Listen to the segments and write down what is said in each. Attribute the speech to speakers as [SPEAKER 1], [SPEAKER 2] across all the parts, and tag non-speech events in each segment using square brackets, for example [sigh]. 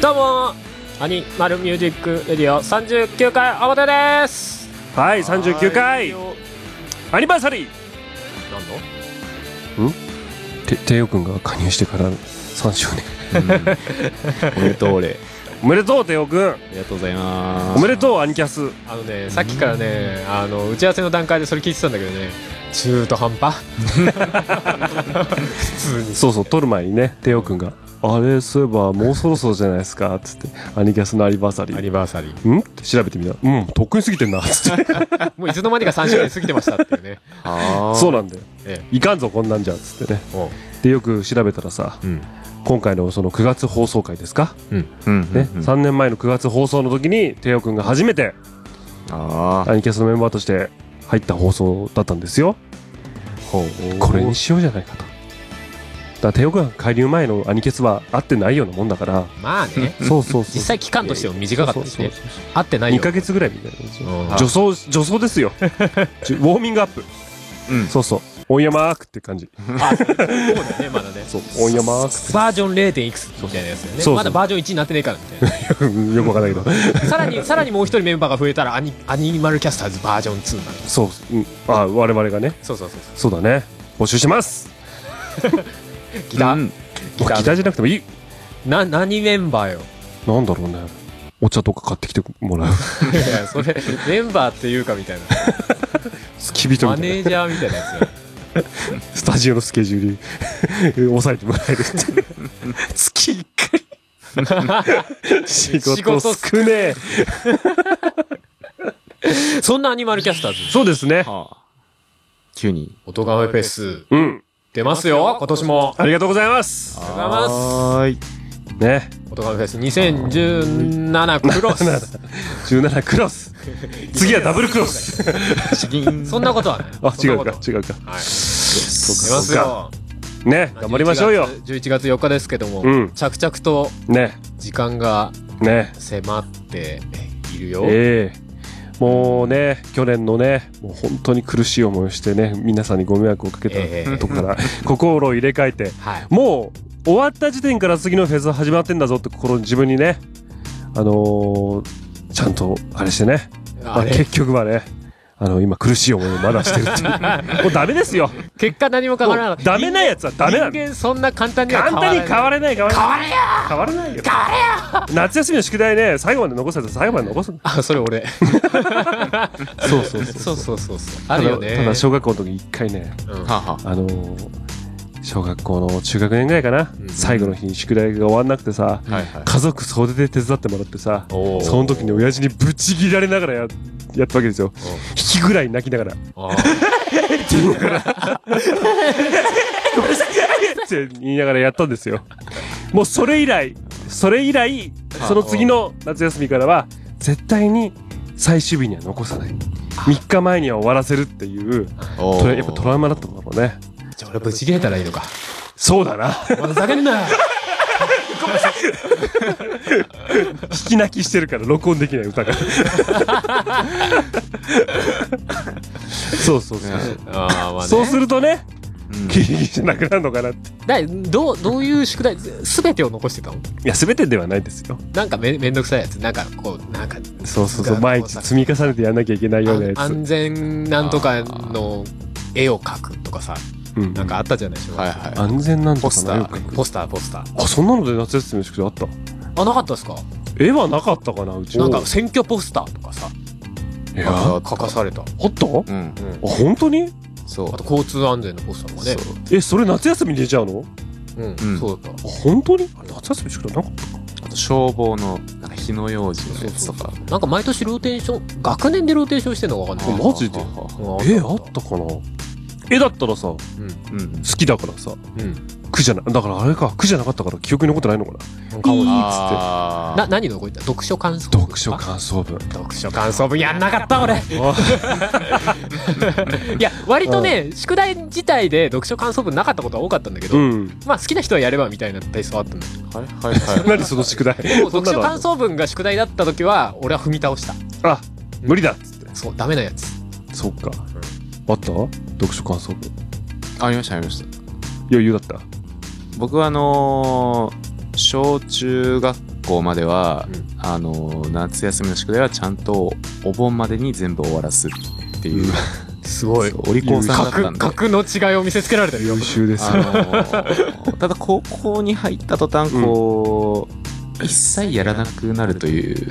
[SPEAKER 1] どうもアニマルミュージックレディオ39回表です
[SPEAKER 2] はい39回
[SPEAKER 1] 何
[SPEAKER 2] アニバーサリーて帝王君が加入してから3周年
[SPEAKER 3] おめでとう俺
[SPEAKER 2] おめでとう帝王君
[SPEAKER 3] ありがとうございま
[SPEAKER 2] お
[SPEAKER 3] す
[SPEAKER 2] めでとうアニキャス
[SPEAKER 1] あのねさっきからねあの打ち合わせの段階でそれ聞いてたんだけどね中途半端普通に
[SPEAKER 2] そうそう撮る前にね帝王君が「あれそういえばもうそろそろじゃないですか」っつって「アニキャスのアニバーサリ
[SPEAKER 1] ア
[SPEAKER 2] ー
[SPEAKER 1] ニバーサリー」
[SPEAKER 2] んって調べてみたら「うんとっくに過ぎてんな」っつって [laughs]
[SPEAKER 1] もういつの間にか3周年過ぎてましたっていうね
[SPEAKER 3] あ
[SPEAKER 2] そうなんだよ
[SPEAKER 1] え
[SPEAKER 2] いかんぞこんなんじゃっつってね
[SPEAKER 1] えおう
[SPEAKER 2] でよく調べたらさ
[SPEAKER 3] うん
[SPEAKER 2] 今回のその9月放送回ですか、
[SPEAKER 3] うん
[SPEAKER 2] ね3年前の9月放送の時に帝王君が初めて
[SPEAKER 3] あ
[SPEAKER 2] アニキャスのメンバーとして入った放送だったんですよ
[SPEAKER 3] ほ
[SPEAKER 2] これにしようじゃないかとだから帝王君が介入前のアニキャスは合ってないようなもんだから
[SPEAKER 1] まあね
[SPEAKER 2] そうそうそう
[SPEAKER 1] 実際期間としても短かったしね
[SPEAKER 2] そうそうそう
[SPEAKER 1] 合ってない
[SPEAKER 2] 2
[SPEAKER 1] よ
[SPEAKER 2] ヶ月ぐらいみたいなですよ
[SPEAKER 1] うん
[SPEAKER 2] 助走助走ですよちょウォーミングアップ、
[SPEAKER 3] うん
[SPEAKER 2] そうそうオンヤマークって感じ
[SPEAKER 1] そうだよねまだね
[SPEAKER 2] そうオンヤマー
[SPEAKER 1] バージョン 0. いくつみたいなやつだよね
[SPEAKER 2] そうそう
[SPEAKER 1] まだバージョン1になってねえからみたいな [laughs]
[SPEAKER 2] クよくわかんないけど
[SPEAKER 1] さらに、さらにもう一人メンバーが増えたら、アニ、アニマルキャスターズバージョン2になる。
[SPEAKER 2] そう、うん、あ我々がね
[SPEAKER 1] そうそうそうそ
[SPEAKER 2] そうだね募集します
[SPEAKER 1] う。ギター、
[SPEAKER 3] うん
[SPEAKER 1] ギター。
[SPEAKER 2] ギターじゃなくてもいい
[SPEAKER 1] な、何メンバ [laughs] ーよ。
[SPEAKER 2] なんだろうねお茶とか買ってきても [laughs] らう
[SPEAKER 1] いや、それ、メンバーっていうかみたい [laughs] な。
[SPEAKER 2] 付き人
[SPEAKER 1] マ
[SPEAKER 2] み
[SPEAKER 1] ネ
[SPEAKER 2] たい
[SPEAKER 1] ージャーみたいなやつよ。
[SPEAKER 2] なスタジオのスケジュール [laughs] 抑えてもらえるって
[SPEAKER 1] [laughs]
[SPEAKER 2] 月1回
[SPEAKER 1] 仕
[SPEAKER 2] 仕
[SPEAKER 1] 事
[SPEAKER 2] 事少ねえ
[SPEAKER 1] そんなアニマルキャスターズ。
[SPEAKER 2] そうですね
[SPEAKER 3] はあ急に
[SPEAKER 1] 音がめフェス、
[SPEAKER 2] うん
[SPEAKER 1] 出ますよ、今年も。
[SPEAKER 2] ありがとうございます
[SPEAKER 1] りがとうございます
[SPEAKER 3] はーい
[SPEAKER 2] ね
[SPEAKER 1] 音がめフェス2017クロス。
[SPEAKER 2] 17ク
[SPEAKER 1] [laughs]
[SPEAKER 2] ロス次はダブルクロス
[SPEAKER 3] チキン
[SPEAKER 1] そんなことはない。
[SPEAKER 2] あ違
[SPEAKER 1] そん
[SPEAKER 2] う
[SPEAKER 1] な
[SPEAKER 2] か
[SPEAKER 1] こと
[SPEAKER 2] 違うか
[SPEAKER 1] はい。出
[SPEAKER 2] 出
[SPEAKER 1] ますよ。
[SPEAKER 2] ね頑張りましょうよ
[SPEAKER 1] 11月。11月4日ですけども、
[SPEAKER 2] うん
[SPEAKER 1] 着々と
[SPEAKER 2] ね
[SPEAKER 1] 時間が
[SPEAKER 2] ね
[SPEAKER 1] 迫っているよ。
[SPEAKER 2] ええもうね去年のねもう本当に苦しい思いをしてね皆さんにご迷惑をかけ
[SPEAKER 1] ええ
[SPEAKER 2] たとこから [laughs] 心を入れ替えて
[SPEAKER 1] はい。
[SPEAKER 2] もう終わった時点から次のフェス始まってんだぞって心に自分にねあのーちゃんとあれしてね
[SPEAKER 1] あ
[SPEAKER 2] あ
[SPEAKER 1] れ
[SPEAKER 2] 結局はねあの今苦しい思いをまだしてるっていう [laughs] もうダメですよ
[SPEAKER 1] 結果何も変わらなかった
[SPEAKER 2] ダメなやつはダメなの
[SPEAKER 1] 人間そんな簡単には
[SPEAKER 2] 簡
[SPEAKER 1] 変わら
[SPEAKER 2] 単に
[SPEAKER 1] ない
[SPEAKER 2] 変われない変われない
[SPEAKER 1] 変われよ
[SPEAKER 2] 変わらないよ変われよ夏休みの宿題ね最後まで残せたら最後まで残す
[SPEAKER 1] あそれ俺
[SPEAKER 2] そうそ
[SPEAKER 1] [laughs]
[SPEAKER 2] う
[SPEAKER 1] そうそうそうそうあるよね
[SPEAKER 2] ただただ小学校の時一回ね
[SPEAKER 1] うん
[SPEAKER 3] はあはあ
[SPEAKER 2] あのー小学校の中学年ぐらいかな、
[SPEAKER 1] うん
[SPEAKER 2] 最後の日に宿題が終わんなくてさ、
[SPEAKER 3] はいはい
[SPEAKER 2] 家族総出で手伝ってもらってさ
[SPEAKER 1] おー
[SPEAKER 2] その時に親父にぶち切られながらややったわけですよ引きぐらい泣きながら
[SPEAKER 1] おあー
[SPEAKER 2] って言いながらやったんですよもうそれ以来それ以来その次の夏休みからは絶対に最終日には残さない3日前には終わらせるっていう
[SPEAKER 3] おー
[SPEAKER 2] トラやっぱトラウマだったんだろうね
[SPEAKER 1] じゃあ俺ぶち切れたらいいのか
[SPEAKER 2] そうだな
[SPEAKER 1] お前ふざけんなよ
[SPEAKER 2] 引き泣きしてるから録音できない歌が [laughs] そうそうそう、
[SPEAKER 3] ね
[SPEAKER 1] [laughs] ああまあね
[SPEAKER 2] そうするとね
[SPEAKER 3] うん
[SPEAKER 2] ギリギリじゃなくなるのかなって
[SPEAKER 1] だどうどういう宿題すべてを残してたの
[SPEAKER 2] いや全てではないですよ
[SPEAKER 1] なんかめめんどくさいやつなんかこうなんか
[SPEAKER 2] そうそう
[SPEAKER 1] な
[SPEAKER 2] そう
[SPEAKER 1] んか
[SPEAKER 2] 毎日
[SPEAKER 1] こう
[SPEAKER 2] 積み重ねてやんなきゃいけないようなや
[SPEAKER 1] あ
[SPEAKER 2] つ
[SPEAKER 1] ん安全なんとかの絵を描くとかさ
[SPEAKER 2] うん
[SPEAKER 1] なんかあったじゃないでしょ
[SPEAKER 3] はいは
[SPEAKER 2] 安全なんと
[SPEAKER 3] ポ
[SPEAKER 2] か
[SPEAKER 3] ス
[SPEAKER 2] な
[SPEAKER 3] ター
[SPEAKER 2] よく
[SPEAKER 1] ポスターポスター
[SPEAKER 2] あそんなので夏休みの宿題あった
[SPEAKER 1] あなかったですか
[SPEAKER 2] 絵はなかったかなうち
[SPEAKER 1] な
[SPEAKER 2] の
[SPEAKER 1] んか選挙ポスターとかさ
[SPEAKER 2] いやあ
[SPEAKER 3] あ
[SPEAKER 1] 書かされた
[SPEAKER 2] ったあ
[SPEAKER 3] いうん
[SPEAKER 2] 本当に
[SPEAKER 3] そう
[SPEAKER 1] あと交通安全のポスターとかね
[SPEAKER 3] そう
[SPEAKER 2] えそれ夏休みに出ちゃうの
[SPEAKER 1] うん、
[SPEAKER 3] うん
[SPEAKER 1] そうだった
[SPEAKER 2] あ本当にあれ夏休み宿題なかった
[SPEAKER 3] あと消防のなんか火の用心のやつとか
[SPEAKER 1] なんか毎年ローテーション学年でローテーションしてんのかわかんない
[SPEAKER 2] マジで
[SPEAKER 3] はあはあは
[SPEAKER 1] うん
[SPEAKER 2] え
[SPEAKER 1] あっ
[SPEAKER 2] あ
[SPEAKER 1] た
[SPEAKER 2] ったかな絵だったらさ好
[SPEAKER 3] あうん
[SPEAKER 2] きだからさ
[SPEAKER 1] うん
[SPEAKER 2] 苦じゃなだからあれか苦じゃなかったから記憶に残ってないのかな
[SPEAKER 1] うんかもな
[SPEAKER 3] あー
[SPEAKER 1] な何の動いた読書感想文
[SPEAKER 2] 読書感想文
[SPEAKER 1] 読書感想文やんなかった俺いや割とね宿題自体で読書感想文なかったことは多かったんだけど、
[SPEAKER 2] うん。
[SPEAKER 1] まあ好きな人はやればみたいな体操あったんだけど
[SPEAKER 3] はいはい [laughs] は
[SPEAKER 2] 何その宿題。
[SPEAKER 1] でも
[SPEAKER 2] そんな
[SPEAKER 1] 読書
[SPEAKER 2] の
[SPEAKER 1] 感想文が宿題だった時は俺は踏み倒した
[SPEAKER 2] あ、無理だっつって。
[SPEAKER 1] そうダメなやつ
[SPEAKER 2] そっか。あった読書感想文。
[SPEAKER 3] い。ありましたありました。
[SPEAKER 2] 余裕だった。
[SPEAKER 3] 僕はあのー小中学校までは、
[SPEAKER 1] うん
[SPEAKER 3] あのー夏休みの宿題はちゃんとお盆までに全部終わらすっていう、
[SPEAKER 1] すごい
[SPEAKER 3] そうお利口さんだったん
[SPEAKER 1] 格
[SPEAKER 3] で。
[SPEAKER 1] 格の違いを見せつけられたよ
[SPEAKER 2] 優秀です
[SPEAKER 3] あ。のーただ高校に入った途端こう、一切やらなくなる
[SPEAKER 2] [laughs]
[SPEAKER 3] という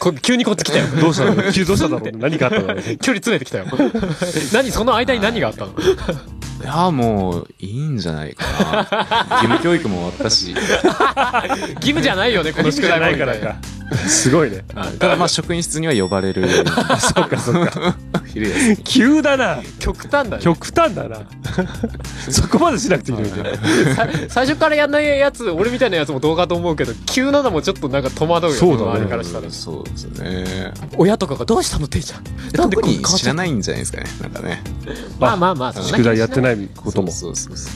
[SPEAKER 1] こ [laughs] 急にこっち来たよ
[SPEAKER 2] どうしたの急どうしたんだろう何かあったんだろうね。
[SPEAKER 1] 距離詰めてきたよ [laughs] 何その間に何があったの
[SPEAKER 3] いやもういいんじゃないかな義務教育も終わったし
[SPEAKER 1] 義務じゃないよねこの
[SPEAKER 2] 楽し
[SPEAKER 1] 宿
[SPEAKER 2] く
[SPEAKER 1] 題も
[SPEAKER 2] ない
[SPEAKER 1] みた
[SPEAKER 2] から
[SPEAKER 1] いな
[SPEAKER 2] か。すごいね。
[SPEAKER 3] ただまあ職員室には呼ばれる
[SPEAKER 2] [laughs] そっかそっか。
[SPEAKER 3] [laughs] 昼休み
[SPEAKER 2] 急だな。
[SPEAKER 1] 極端だね
[SPEAKER 2] 極端だな。そこまでしなくていいのにね。
[SPEAKER 1] さ最初からやんないやつ俺みたいなやつもどうかと思うけど急なのもちょっとなんか戸惑うよね
[SPEAKER 2] そうだね
[SPEAKER 1] 周りからしたら
[SPEAKER 3] そうですね
[SPEAKER 1] 親とかがどうしたのていちゃんなんで
[SPEAKER 3] 特
[SPEAKER 1] こ
[SPEAKER 3] に
[SPEAKER 1] に変わっ
[SPEAKER 3] 知
[SPEAKER 1] ちゃ
[SPEAKER 3] ら
[SPEAKER 1] った
[SPEAKER 3] ないんじゃないですかねなんかね
[SPEAKER 1] まあまあまあそんな気が
[SPEAKER 2] 宿題やってないことも。
[SPEAKER 3] そうそうそうそう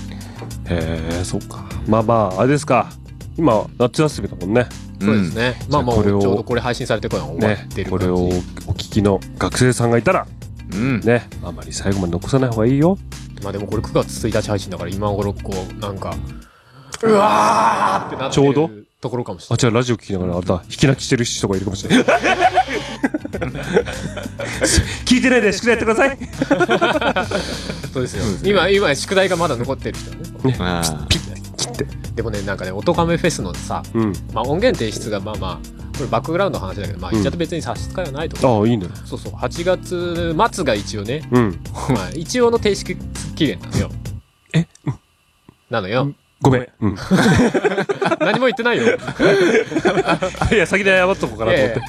[SPEAKER 2] へえ、そっか。まあまあ、あれですか。今、夏休みだもんね。
[SPEAKER 1] そうですね、まあまあ
[SPEAKER 2] じゃあこ
[SPEAKER 1] ち
[SPEAKER 2] れ
[SPEAKER 1] ょ
[SPEAKER 2] を
[SPEAKER 1] うどこれ配信されてから終わ
[SPEAKER 2] ね
[SPEAKER 1] って。る
[SPEAKER 2] こ
[SPEAKER 1] 感じ
[SPEAKER 2] れをお聞きの学生さんがいたら、
[SPEAKER 3] うん、うん
[SPEAKER 2] ね、あまり最後まで残さない方がいいよ。
[SPEAKER 1] まあでもこれ9月1日配信だから今頃こうなんかうわーってなって
[SPEAKER 2] ちょうど
[SPEAKER 1] るところかもしれ
[SPEAKER 2] あ、
[SPEAKER 1] ない
[SPEAKER 2] じゃあラジオ聞きながら、また、引き泣きしてる人がいるかもし [laughs] れない。聞いてないで宿題やってください。
[SPEAKER 1] そうですよ今今宿題がまだ残ってる人ね
[SPEAKER 3] あー
[SPEAKER 2] 切って。
[SPEAKER 1] でもねなんかね「オトカメフェス」のさ、
[SPEAKER 2] うん。
[SPEAKER 1] まあ、音源提出がまあまあこれバックグラウンドの話だけどまあ言っちゃって別に差し支えはないと思う、
[SPEAKER 2] ああ、いいね。
[SPEAKER 1] そうそう8月末が一応ね、
[SPEAKER 2] うん。
[SPEAKER 1] まあ、一応の提出期限なのよ
[SPEAKER 2] え
[SPEAKER 1] なのよ
[SPEAKER 2] ごめん。うん。
[SPEAKER 1] 何も言ってないよ
[SPEAKER 2] [laughs] いや、先で謝っとこうかなと思っ
[SPEAKER 1] え
[SPEAKER 2] て。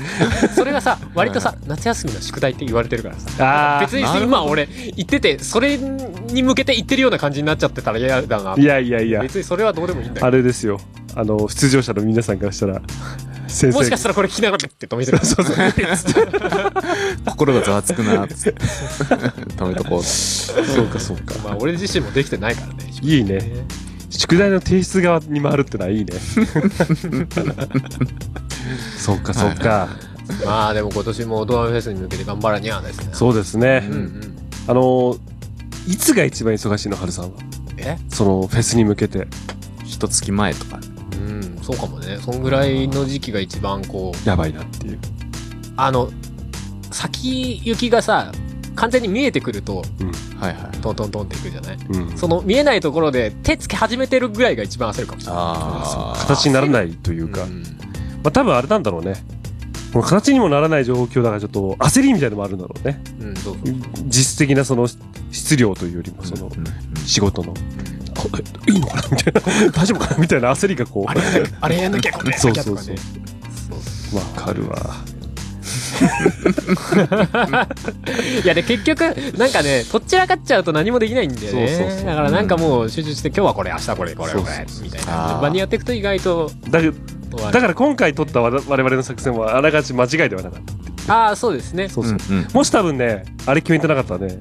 [SPEAKER 1] えそれがさ割とさ夏休みの宿題って言われてるからさ
[SPEAKER 2] ああ。
[SPEAKER 1] 別に
[SPEAKER 3] なるほど
[SPEAKER 1] 今俺言っててそれに向けて言ってるような感じになっちゃってたら嫌だない
[SPEAKER 2] やいやいや、
[SPEAKER 1] 別にそれはどうでもいいんだ
[SPEAKER 2] あ
[SPEAKER 1] よ
[SPEAKER 2] れですよ。あの、出場者の皆さんからしたら、先
[SPEAKER 1] もしか
[SPEAKER 2] 生、
[SPEAKER 1] したらこれ聞きながらって止めてるそうそう
[SPEAKER 3] 心がざわつく
[SPEAKER 2] [laughs]
[SPEAKER 3] なっつって止めとこう
[SPEAKER 2] そうかそうか。
[SPEAKER 1] まあ俺自身もできてないからね
[SPEAKER 2] いいね。宿題の提出側に回るってのはいい [laughs] ね。そうかそうか。
[SPEAKER 1] まあでも今年もドアフェスに向けて頑張らにゃですね
[SPEAKER 2] そうですね
[SPEAKER 1] う。んうん
[SPEAKER 2] あの、いつが一番忙しいの、春さんは。
[SPEAKER 1] え
[SPEAKER 2] そのフェスに向けて。
[SPEAKER 3] 一月前とか
[SPEAKER 1] うんそうかもねそんぐらいの時期が一番こう
[SPEAKER 2] やばいなっていう。
[SPEAKER 1] あの先行きがさ完全に見えてくると
[SPEAKER 3] はいはい
[SPEAKER 1] トントントンっていくじゃない
[SPEAKER 2] うん。
[SPEAKER 1] その見えないところで手つけ始めてるぐらいが一番焦るかもしれない
[SPEAKER 3] ああ
[SPEAKER 2] 形にならないというか、
[SPEAKER 1] うん
[SPEAKER 2] まあ多分あれなんだろうね。この形にもならない状況だからちょっと焦りみたいなのもあるんだろうね。
[SPEAKER 1] うんそうそう
[SPEAKER 2] 実質的なその質量というよりもその仕事の、いいのかなみ [laughs] たいな、大丈夫かなみたいな焦りがこ
[SPEAKER 1] あれ
[SPEAKER 2] う、
[SPEAKER 1] やんな [laughs] きゃあれやんなきゃこれやん
[SPEAKER 2] そ
[SPEAKER 1] な
[SPEAKER 2] う
[SPEAKER 1] きゃ
[SPEAKER 2] そ
[SPEAKER 1] と
[SPEAKER 2] う
[SPEAKER 1] か
[SPEAKER 2] そ
[SPEAKER 1] ね
[SPEAKER 2] う。わかるわ。
[SPEAKER 1] いやで結局なんかねとっちらかっちゃうと何もできないんだよね
[SPEAKER 2] そうそうそう
[SPEAKER 1] だからなんかもう集中して今日はこれ明日これこれこれ
[SPEAKER 2] そうそうそう
[SPEAKER 1] みたい
[SPEAKER 3] あ
[SPEAKER 1] な
[SPEAKER 3] ー
[SPEAKER 1] 場にやっていくと意外と
[SPEAKER 2] だけど
[SPEAKER 1] 終わる
[SPEAKER 2] だから今回取ったわ我々の作戦はあらがち間違いではなかった。
[SPEAKER 1] ああそうですね
[SPEAKER 2] そうそう。
[SPEAKER 3] うんうん
[SPEAKER 2] もし多分ね、あれ決めてなかったらね、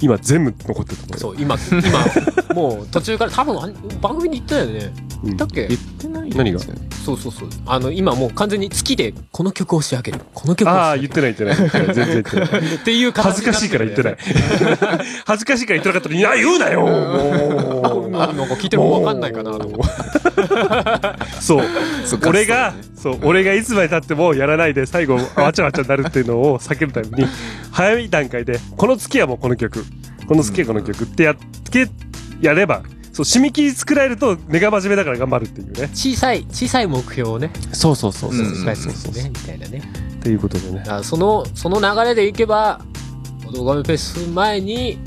[SPEAKER 2] 今全部残ってると思うよ。
[SPEAKER 1] そう今今もう途中から多分あん番組に言ったよね
[SPEAKER 2] うん
[SPEAKER 1] だっけ
[SPEAKER 3] 言ってない
[SPEAKER 2] 何が
[SPEAKER 1] そうそうそうあの今もう完全に月でこの曲を仕上げるこの曲を
[SPEAKER 2] ああ、
[SPEAKER 1] 仕上
[SPEAKER 2] 言ってない言ってない。全然言っ
[SPEAKER 1] [laughs]
[SPEAKER 2] てない。
[SPEAKER 1] げるっていう
[SPEAKER 2] 恥ずかしいから言ってない。恥ずかしいから言ってなかったら、いや、言うなよもう
[SPEAKER 1] ななんか聞いても分かんないかなと思って
[SPEAKER 2] そう。
[SPEAKER 3] そう
[SPEAKER 2] 俺が、そう、俺がいつまで経ってもやらないで、最後、わちゃわちゃになるっていうのを避けるために、早い段階で、この月はもうこの曲、この月はこの曲ってやっけ、やれば、そう、締め切り作られると、根が真面目だから頑張るっていうね。
[SPEAKER 1] 小さい小さい目標をね
[SPEAKER 2] そうそうそう
[SPEAKER 3] そう
[SPEAKER 1] 小さいですねみたいなね
[SPEAKER 2] っていうことでね
[SPEAKER 1] だ。からそのその流れでいけば「オトガメフェス」前に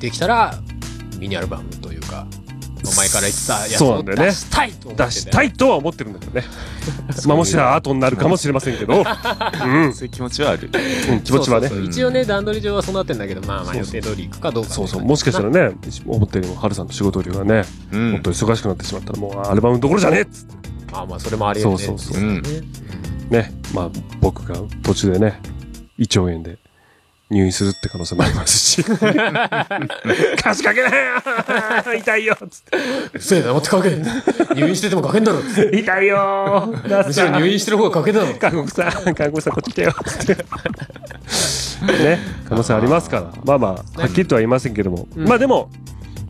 [SPEAKER 1] できたらミニアルバムというか前から言ってたやつ
[SPEAKER 2] そうな
[SPEAKER 1] を
[SPEAKER 2] んだよね
[SPEAKER 1] 出したいと思って、
[SPEAKER 2] 出したいとは思ってるんだけどね。 [laughs] まあ、もしやアートになるかもしれません
[SPEAKER 1] [laughs]
[SPEAKER 2] けど、うん
[SPEAKER 3] そういう気持ちはある
[SPEAKER 2] うん、気持ちはね
[SPEAKER 1] そう。そうそう一応ね段取り上はそうなってんだけどまあまあ
[SPEAKER 2] そう
[SPEAKER 1] 予
[SPEAKER 2] そう
[SPEAKER 1] 定通り行くかどうか
[SPEAKER 2] そうそう、もしかしたらね、思ったよりも、ハルさんの仕事量がね、
[SPEAKER 3] うん
[SPEAKER 2] もっと忙しくなってしまったら、もうアルバムどころじゃねえっつって
[SPEAKER 1] まあまあそれもありえるね
[SPEAKER 2] そうそう
[SPEAKER 3] そう
[SPEAKER 1] ね
[SPEAKER 3] うん
[SPEAKER 1] ん
[SPEAKER 2] ね、まあ僕が途中でね、胃腸炎で入院するって可能性もありま
[SPEAKER 1] [laughs]
[SPEAKER 2] すし。 [laughs] 歌詞かけない痛いよつっ
[SPEAKER 1] せえな、持ってかけ。 [laughs] 入院しててもかけんだろ。
[SPEAKER 2] て痛いよー
[SPEAKER 1] むしろ入院してる方がかけだろ。
[SPEAKER 2] 韓国さん、韓国さん、こっち来てよつって。ね、可能性ありますから。まあまあ、はっきりとは言いませんけども。
[SPEAKER 1] うん
[SPEAKER 2] まあでも、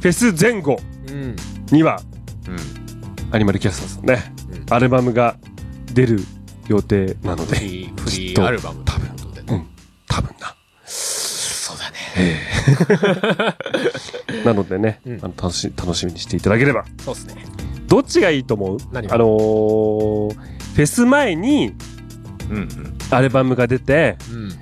[SPEAKER 2] フェス前後
[SPEAKER 1] うん。
[SPEAKER 2] には、
[SPEAKER 3] うん。
[SPEAKER 2] アニマルキャスターさんね、
[SPEAKER 1] う
[SPEAKER 2] アルバムが出る予定なの
[SPEAKER 1] フ
[SPEAKER 2] で、
[SPEAKER 1] リー、フリーアルバムということでね。
[SPEAKER 2] うん、多分な。
[SPEAKER 1] そうだね。
[SPEAKER 2] なのでね、
[SPEAKER 1] うん
[SPEAKER 2] あの楽し楽しみにしていただければ。
[SPEAKER 1] そうですね。
[SPEAKER 2] どっちがいいと思うあの
[SPEAKER 1] 何が
[SPEAKER 2] ー、フェス前に
[SPEAKER 3] うん。うん。
[SPEAKER 2] アルバムが出て、
[SPEAKER 1] うん。うん。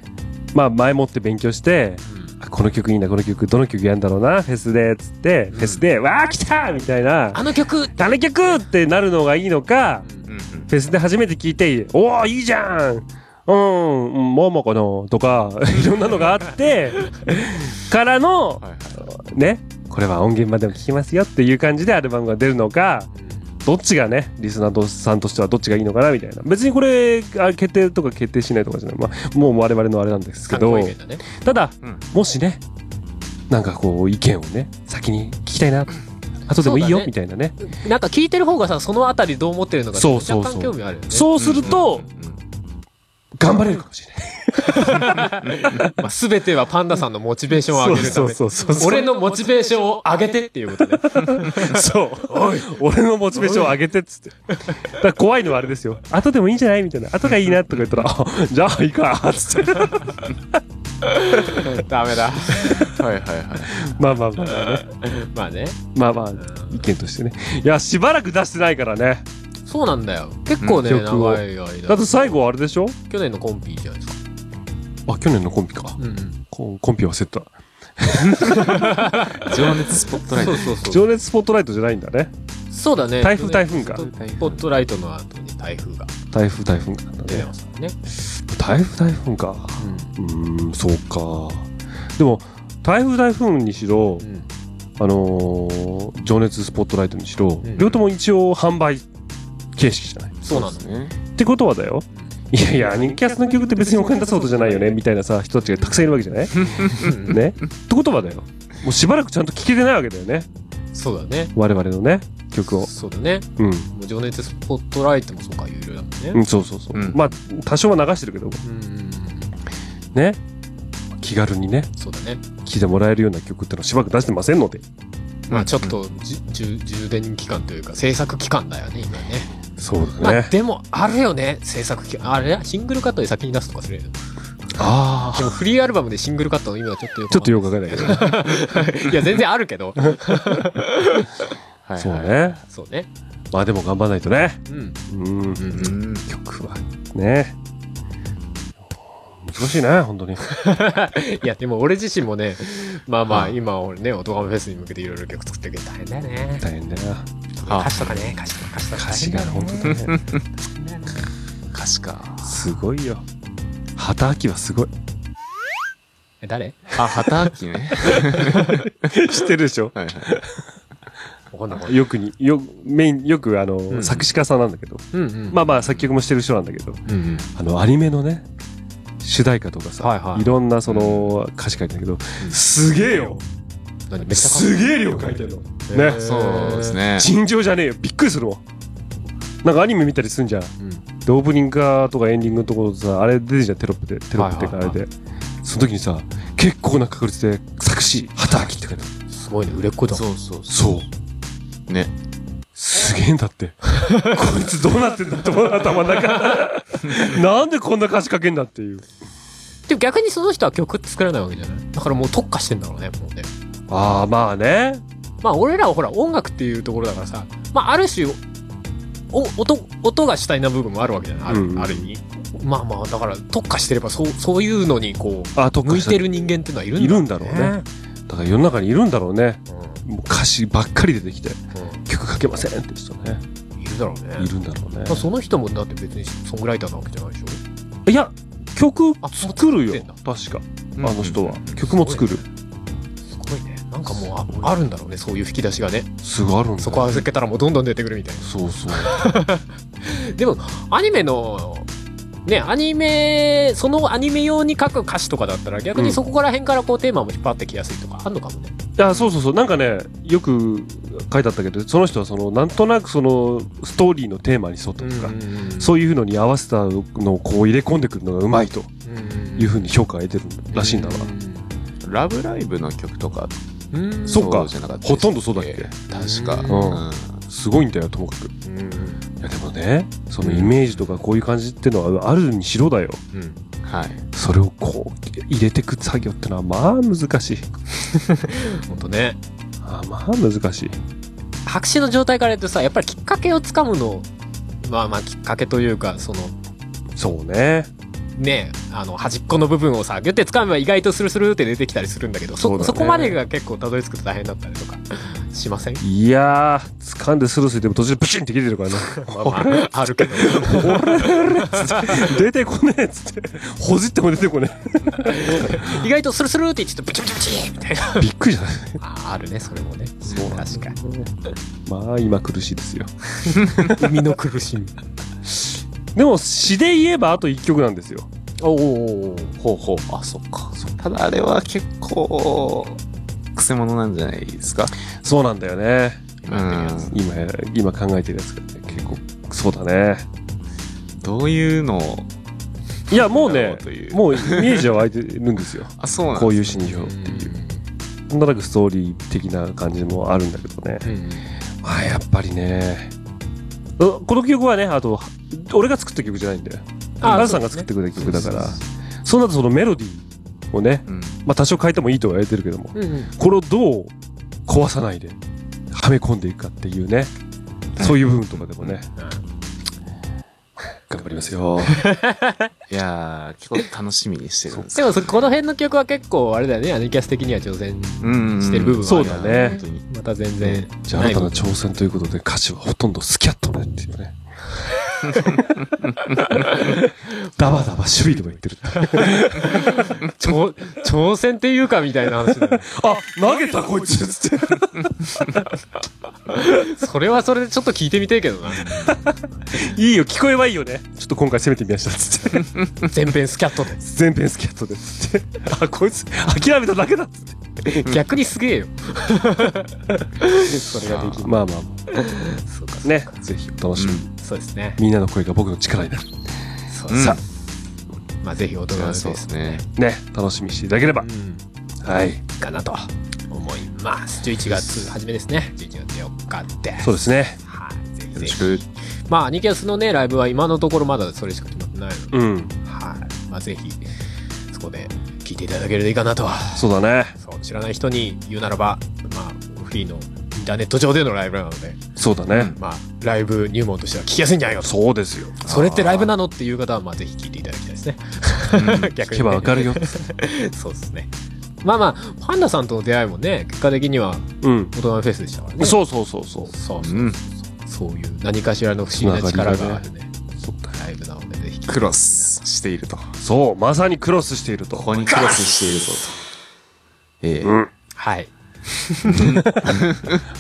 [SPEAKER 2] まあ前もって勉強して、あこの曲いいな、この曲、どの曲やんだろうな、フェスで、つって、フェスで、わー来たみたいな、
[SPEAKER 1] あの曲、
[SPEAKER 2] あの曲ってなるのがいいのか、
[SPEAKER 3] うん。うん。
[SPEAKER 2] フェスで初めて聞いて、おーいいじゃんうん、うんももかなとか、 [laughs] いろんなのがあって、からの、
[SPEAKER 3] はいはい。
[SPEAKER 2] ね、これは音源までも聞きますよっていう感じでアルバムが出るのか、どっちがね、リスナーさんとしてはどっちがいいのかなみたいな。別にこれ、あ決定とか決定しないとかじゃない。まあ、もう我々のあれなんですけ
[SPEAKER 1] 参考
[SPEAKER 2] ど
[SPEAKER 1] 意、見だね。
[SPEAKER 2] ただ、
[SPEAKER 3] うん
[SPEAKER 2] もしね、なんかこう、意見をね、先に聞きたいな、後でもいいよ、
[SPEAKER 1] そうだね
[SPEAKER 2] みたいなね。
[SPEAKER 1] なんか聞いてる方がさ、そのあたりどう思ってるのか
[SPEAKER 2] そうそうそう
[SPEAKER 1] 若干興味あるよね。
[SPEAKER 2] そうすると、頑張れるかもしれない。
[SPEAKER 1] まあ、全てはパンダさんのモチベーションを上げるため。
[SPEAKER 2] そうそうそうそう
[SPEAKER 1] 俺のモチベーションを上げてっていうことね。
[SPEAKER 2] そう。俺のモチベーションを上げてっつって。だから怖いのはあれですよ。後でもいいんじゃないみたいな。後がいいなとか言ったら、あじゃあいいか、つ [laughs] って。
[SPEAKER 1] ダメだ。
[SPEAKER 3] うん。はいはいはい。
[SPEAKER 2] まあまあまあまあね。
[SPEAKER 1] まあね。
[SPEAKER 2] まあまあ、意見としてね。いや、しばらく出してないからね。
[SPEAKER 1] そうなんだよ。結構ね、
[SPEAKER 2] うん曲を
[SPEAKER 1] 長い間。
[SPEAKER 2] だって最後はあれでしょ
[SPEAKER 1] 去年のコンピじゃないですか。
[SPEAKER 2] あ、去年のコンピか。
[SPEAKER 1] うん。
[SPEAKER 2] ココンピはセットだ。
[SPEAKER 3] 情熱スポットライト
[SPEAKER 1] そう。そうそう。
[SPEAKER 2] 情熱スポットライトじゃないんだね。
[SPEAKER 1] そうだね。
[SPEAKER 2] 台風台風か
[SPEAKER 1] スポットライトの後に台風が
[SPEAKER 2] 台風、台風か、
[SPEAKER 1] 出てますからね。
[SPEAKER 2] 台風、台風か。うーん、そうか。でも、台風、台風にしろ、
[SPEAKER 1] うん。うん。
[SPEAKER 2] あのー情熱スポットライトにしろ、
[SPEAKER 1] うん
[SPEAKER 2] 両方とも一応販売形式じゃない。
[SPEAKER 1] そうなの。
[SPEAKER 3] ね。
[SPEAKER 2] ってことはだよ。いやいや、アニキャスの曲って別にお金出すことじゃないよね、みたいなさ、人たちがたくさんいるわけじゃ [laughs] ないね。ってことはだよ。もうしばらくちゃんと聴けてないわけだよね。
[SPEAKER 1] そうだね。
[SPEAKER 2] 我々のね、曲を。
[SPEAKER 1] そうだね。
[SPEAKER 2] うん。
[SPEAKER 1] もう情熱スポットライトもそうか、有料だもんね。
[SPEAKER 2] うん、そうそうそう。
[SPEAKER 3] うん
[SPEAKER 2] まあ、多少は流してるけど、
[SPEAKER 1] うんうんうん。
[SPEAKER 2] ね。気軽にね、
[SPEAKER 1] そうだね。
[SPEAKER 2] 聴いてもらえるような曲ってのはしばらく出してませんので。
[SPEAKER 1] まあちょっとじゅ充電期間というか制作期間だよね今ね。
[SPEAKER 2] そう
[SPEAKER 1] ま
[SPEAKER 2] だ
[SPEAKER 1] あ
[SPEAKER 2] ね。
[SPEAKER 1] でもあるよね制作期間あれシングルカットで先に出すとかするよね。
[SPEAKER 2] あ
[SPEAKER 1] でもフリーアルバムでシングルカットの意味はちょっとよ
[SPEAKER 2] あ。
[SPEAKER 1] く
[SPEAKER 2] ちょっと
[SPEAKER 1] よ
[SPEAKER 2] よくわかんないけど。
[SPEAKER 1] いや全然あるけど。
[SPEAKER 3] はいはい。
[SPEAKER 2] そう。ね。
[SPEAKER 1] そうね。
[SPEAKER 2] まあでも頑張らないとね。
[SPEAKER 1] うん
[SPEAKER 2] うん。
[SPEAKER 1] うんうん。
[SPEAKER 3] うん。
[SPEAKER 2] 曲は。ね。難しいね、本当に。
[SPEAKER 1] いやでも俺自身も [laughs] ねまあまあ今俺ね音楽フェスに向けていろいろ曲作ってるけど大変だよね。
[SPEAKER 2] 大変だよ。
[SPEAKER 3] あ
[SPEAKER 1] 歌詞とかね歌詞とか歌詞とか
[SPEAKER 2] 歌詞が
[SPEAKER 1] 大変だよ
[SPEAKER 2] 本
[SPEAKER 1] ね
[SPEAKER 2] 当にね。
[SPEAKER 3] 歌詞か。
[SPEAKER 2] すごいよ。旗秋はすごい。
[SPEAKER 1] え誰
[SPEAKER 3] あ、畑明ね。
[SPEAKER 2] 知ってるでしょ
[SPEAKER 3] はいはい。
[SPEAKER 1] わかんないわかんない。
[SPEAKER 2] よくに、よ、メイン、よくあの、
[SPEAKER 1] ん
[SPEAKER 2] 作詞家さんなんだけど。
[SPEAKER 1] うんうん。
[SPEAKER 2] まあまあ作曲もしてる人なんだけど。
[SPEAKER 1] うんうん。
[SPEAKER 2] あの、アニメのね、主題歌とかさ、
[SPEAKER 1] はいはい
[SPEAKER 2] ろんなその歌詞書いてんだけど、すげえよ
[SPEAKER 1] 何めっちゃかっこいい
[SPEAKER 2] すげえ量書いてるの。
[SPEAKER 1] へ
[SPEAKER 2] ね
[SPEAKER 1] ー。
[SPEAKER 3] そうですね。
[SPEAKER 2] 尋常じゃねえよ。びっくりするもん。なんかアニメ見たりすんじゃん。
[SPEAKER 1] うん
[SPEAKER 2] でオープニングかとかエンディングのところさあれ出てるじゃんテロップでテロップってかあ
[SPEAKER 1] はい
[SPEAKER 2] れ
[SPEAKER 1] はい
[SPEAKER 2] で、その時にさ結構な確率で作詞働きって書いてある
[SPEAKER 1] すごいね売れっ子だ。
[SPEAKER 3] そうそうそ
[SPEAKER 2] そう
[SPEAKER 3] う。ね。
[SPEAKER 2] すげえんだってこいつどうなってんだと思う頭の中なんでこんな歌詞書けんだっていう
[SPEAKER 1] でも逆にその人は曲作らないわけじゃないだからもう特化してんだろうねもうね
[SPEAKER 2] ああまあね
[SPEAKER 1] まあ俺らはほら音楽っていうところだからさまあある種お音音が主体な部分もあるわけじゃないある,、
[SPEAKER 2] うん
[SPEAKER 1] ある意味まあまあだから特化してればそうそういうのにこ
[SPEAKER 2] あと
[SPEAKER 1] う向いてる人間っていうのはいるんだ
[SPEAKER 2] いるんだろうねだから世の中にいるんだろうね
[SPEAKER 1] うん
[SPEAKER 2] もう歌詞ばっかり出てきて
[SPEAKER 1] う
[SPEAKER 2] 曲書けませんって人ね
[SPEAKER 1] ん、いるだろうね
[SPEAKER 2] いるんだろうね
[SPEAKER 1] まあ、その人もだって別にソングライターなわけじゃないでしょ
[SPEAKER 2] いや曲
[SPEAKER 1] あそう
[SPEAKER 2] 作る
[SPEAKER 1] 作っ
[SPEAKER 2] よ
[SPEAKER 1] てんだ
[SPEAKER 2] 確かあ
[SPEAKER 3] あ
[SPEAKER 2] の人は曲も作る
[SPEAKER 1] すごいねなんかもうああるんだろうねそういう引き出しがね
[SPEAKER 2] すごいあるんだよ
[SPEAKER 1] そこは預けたらもうどんどん出てくるみたいな
[SPEAKER 2] そうそう
[SPEAKER 1] でもアニメのね、アニメ、そのアニメ用に書く歌詞とかだったら、逆にそこから辺からこうテーマも引っ張ってきやすいとかあんのかもね。
[SPEAKER 2] あそうそうそうなんかねよく書いてあったけどその人はそのなんとなくそのストーリーのテーマに沿ったとか、そういうのに合わせたのをこう入れ込んでくるのがうまいというふうに評価を得てるらしいんだわ、
[SPEAKER 3] ラブライブの曲とか、
[SPEAKER 1] うん。うん
[SPEAKER 2] そうか
[SPEAKER 3] じゃなかったでした
[SPEAKER 2] ほとんどそうだっけ
[SPEAKER 3] 確か。
[SPEAKER 2] うん
[SPEAKER 3] うん
[SPEAKER 2] すごいんだよともかくい
[SPEAKER 1] うん
[SPEAKER 2] やでもねそのイメージとかこういう感じってのはあるにしろだよ
[SPEAKER 1] うん
[SPEAKER 3] はい。
[SPEAKER 2] それをこう入れてく作業ってのはまあ難しい
[SPEAKER 1] ほんとね。
[SPEAKER 2] あまあ難しい
[SPEAKER 1] 白紙の状態から言うとさ、やっぱりきっかけをつかむの、まあまあきっかけというか、その、
[SPEAKER 2] そうね
[SPEAKER 1] ね、あの、端っこの部分をさ、ギュッて掴めば意外とスルスルって出てきたりするんだけど、そ
[SPEAKER 2] そうだね
[SPEAKER 1] そこまでが結構たどり着くと大変だったりとか、しません
[SPEAKER 2] [laughs] いやー掴んでスルスルでも途中でプチンって切れてるからね
[SPEAKER 1] まあま [laughs] あ、あるけど。
[SPEAKER 2] [laughs] 出てこねえっつってほじっても出てこね
[SPEAKER 1] 意外とスルスルって言ってたらブチブチブチみたいな。
[SPEAKER 2] えびっくりじゃない
[SPEAKER 1] ああるね、それもね。
[SPEAKER 2] そうなんです
[SPEAKER 1] 確かに。
[SPEAKER 2] まあ今苦しいですよ
[SPEAKER 1] 生みの苦しみ。
[SPEAKER 2] でも詩で言えばあと1曲なんですよ
[SPEAKER 1] おお
[SPEAKER 3] ほうほう。あ、そっか。そただあれは結構、くせ者なんじゃないですか。
[SPEAKER 2] そうなんだよね
[SPEAKER 3] うん。
[SPEAKER 2] 今今考えてるやつがね結構そうだね
[SPEAKER 3] どういうのを、
[SPEAKER 2] いやもう
[SPEAKER 3] なる
[SPEAKER 2] ね
[SPEAKER 3] ほどという
[SPEAKER 2] もうイメージは湧いてるんですよ
[SPEAKER 3] あ、そうなんです
[SPEAKER 2] [laughs] こういう
[SPEAKER 3] シ
[SPEAKER 2] シ
[SPEAKER 3] ーン
[SPEAKER 2] ーンよっていうなんとなくストーリー的な感じもあるんだけどね
[SPEAKER 1] うん。
[SPEAKER 2] まあやっぱりねうこの曲はねあと俺が作った曲じゃないんだよ
[SPEAKER 1] あ
[SPEAKER 2] あラさんが作ってくれた曲だからそうなるとそのメロディーをね、
[SPEAKER 3] うん。
[SPEAKER 2] まあ、多少変えてもいいとは言われてるけども
[SPEAKER 1] うんうん。
[SPEAKER 2] これをどう壊さないではめ込んでいくかっていうねそういう部分とかでもね頑張ります [laughs] よ
[SPEAKER 3] いやー、結構楽しみにしてるんです
[SPEAKER 1] でもそ、この辺の曲は結構、あれだよね、アニキャス的には挑戦
[SPEAKER 3] うん
[SPEAKER 1] してる部分は
[SPEAKER 2] そうだね
[SPEAKER 3] 本当に。
[SPEAKER 1] また全然。
[SPEAKER 2] じゃあ
[SPEAKER 1] ない
[SPEAKER 2] 新たな挑戦ということで歌詞はほとんどスキャットねっていうね [laughs] ダバダバ守備でも言ってる
[SPEAKER 1] 挑挑戦っていうかみたいな話だね
[SPEAKER 2] あ投げたこいつっつって
[SPEAKER 1] それはそれでちょっと聞いてみてえけどな。
[SPEAKER 2] いいよ聞こえはいいよねちょっと今回攻めてみましたっつって
[SPEAKER 1] 全編スキャットで。
[SPEAKER 2] [laughs] 全編スキャットですってあこいつ諦めただけだっつって
[SPEAKER 1] 逆にすげえよ。それができる。
[SPEAKER 2] まあまあま
[SPEAKER 1] そうか
[SPEAKER 2] あねぜひお楽しみに、
[SPEAKER 1] そうですね。
[SPEAKER 2] みんなの声が僕の力になる
[SPEAKER 1] そう
[SPEAKER 3] うん
[SPEAKER 1] さあまあぜひ音が
[SPEAKER 3] そうですね。
[SPEAKER 2] ね楽しみにしていただければ、
[SPEAKER 1] うん
[SPEAKER 2] はい
[SPEAKER 1] かなと思います。11月初めですね。11月4日です。
[SPEAKER 2] そうですね
[SPEAKER 1] はい。ぜひ
[SPEAKER 3] よ
[SPEAKER 1] ぜ
[SPEAKER 3] ろし
[SPEAKER 1] ひ。
[SPEAKER 3] く。
[SPEAKER 1] まあ、アニキャスのね、ライブは今のところまだそれしか決まってないので、
[SPEAKER 2] うん
[SPEAKER 1] はい。まあ、ぜひ、そこで聞いていただけるといいかなと。
[SPEAKER 2] そうだね
[SPEAKER 1] そう、知らない人に言うならば、まあ、フリーのインターネット上でのライブなので、
[SPEAKER 2] そうだね、
[SPEAKER 1] まあ、ライブ入門としては聞きやすいんじゃないかと。
[SPEAKER 2] そうですよ
[SPEAKER 1] それってライブなのっていう方は、まあ、ぜひ聞いていただきたいですね。 [laughs] 逆
[SPEAKER 2] 聞
[SPEAKER 1] に、ね。
[SPEAKER 2] けばわかるよ
[SPEAKER 1] [laughs] そうですね。まあまあ、パンダさんとの出会いもね、結果的には
[SPEAKER 2] うん
[SPEAKER 1] 大人フェスでしたからね。
[SPEAKER 2] そうそうそうそう
[SPEAKER 1] そう
[SPEAKER 3] う
[SPEAKER 1] そう、
[SPEAKER 3] ん。
[SPEAKER 1] そういう何かしらの不思議な力があるね。
[SPEAKER 2] そうだ
[SPEAKER 1] ライブなので、ぜひ。
[SPEAKER 3] クロスしていると。こ
[SPEAKER 2] そうまさにクロスしていると
[SPEAKER 3] こにクロスしてい [laughs] ると。ええ
[SPEAKER 2] うん
[SPEAKER 1] はい。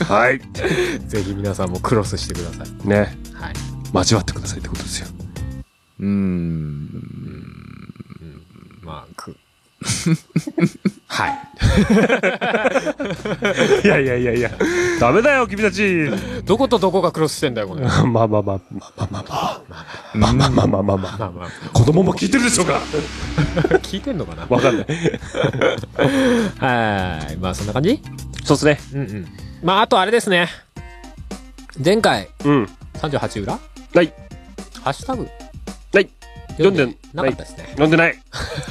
[SPEAKER 2] はい
[SPEAKER 1] ぜひ皆さんもクロスしてください。
[SPEAKER 2] ね
[SPEAKER 1] はい。
[SPEAKER 2] 交わってくださいってことですよ
[SPEAKER 3] うーん。
[SPEAKER 1] まあ、く。 [laughs] はい。
[SPEAKER 2] いやいやいやいやダメだよ君たち
[SPEAKER 1] どことどこがクロスしてんだよ、これ。ま
[SPEAKER 2] [laughs] まあまあまあまあまあまあまあまあまあまあまあまあ
[SPEAKER 1] あまあ、
[SPEAKER 2] [laughs] 子供も聞いてるでしょうか
[SPEAKER 1] 聞いてんのかな
[SPEAKER 2] わかんない
[SPEAKER 1] はい。まあ、そんな感じ
[SPEAKER 2] そうですね
[SPEAKER 1] うんうん。まあ、あとあれですね。前回、
[SPEAKER 2] うん
[SPEAKER 1] 38裏
[SPEAKER 2] はい
[SPEAKER 1] ハッシュタグ
[SPEAKER 2] はい
[SPEAKER 1] 読ん
[SPEAKER 2] 読ん
[SPEAKER 1] で
[SPEAKER 2] で
[SPEAKER 1] なかったですね。
[SPEAKER 2] 飲んでない [laughs]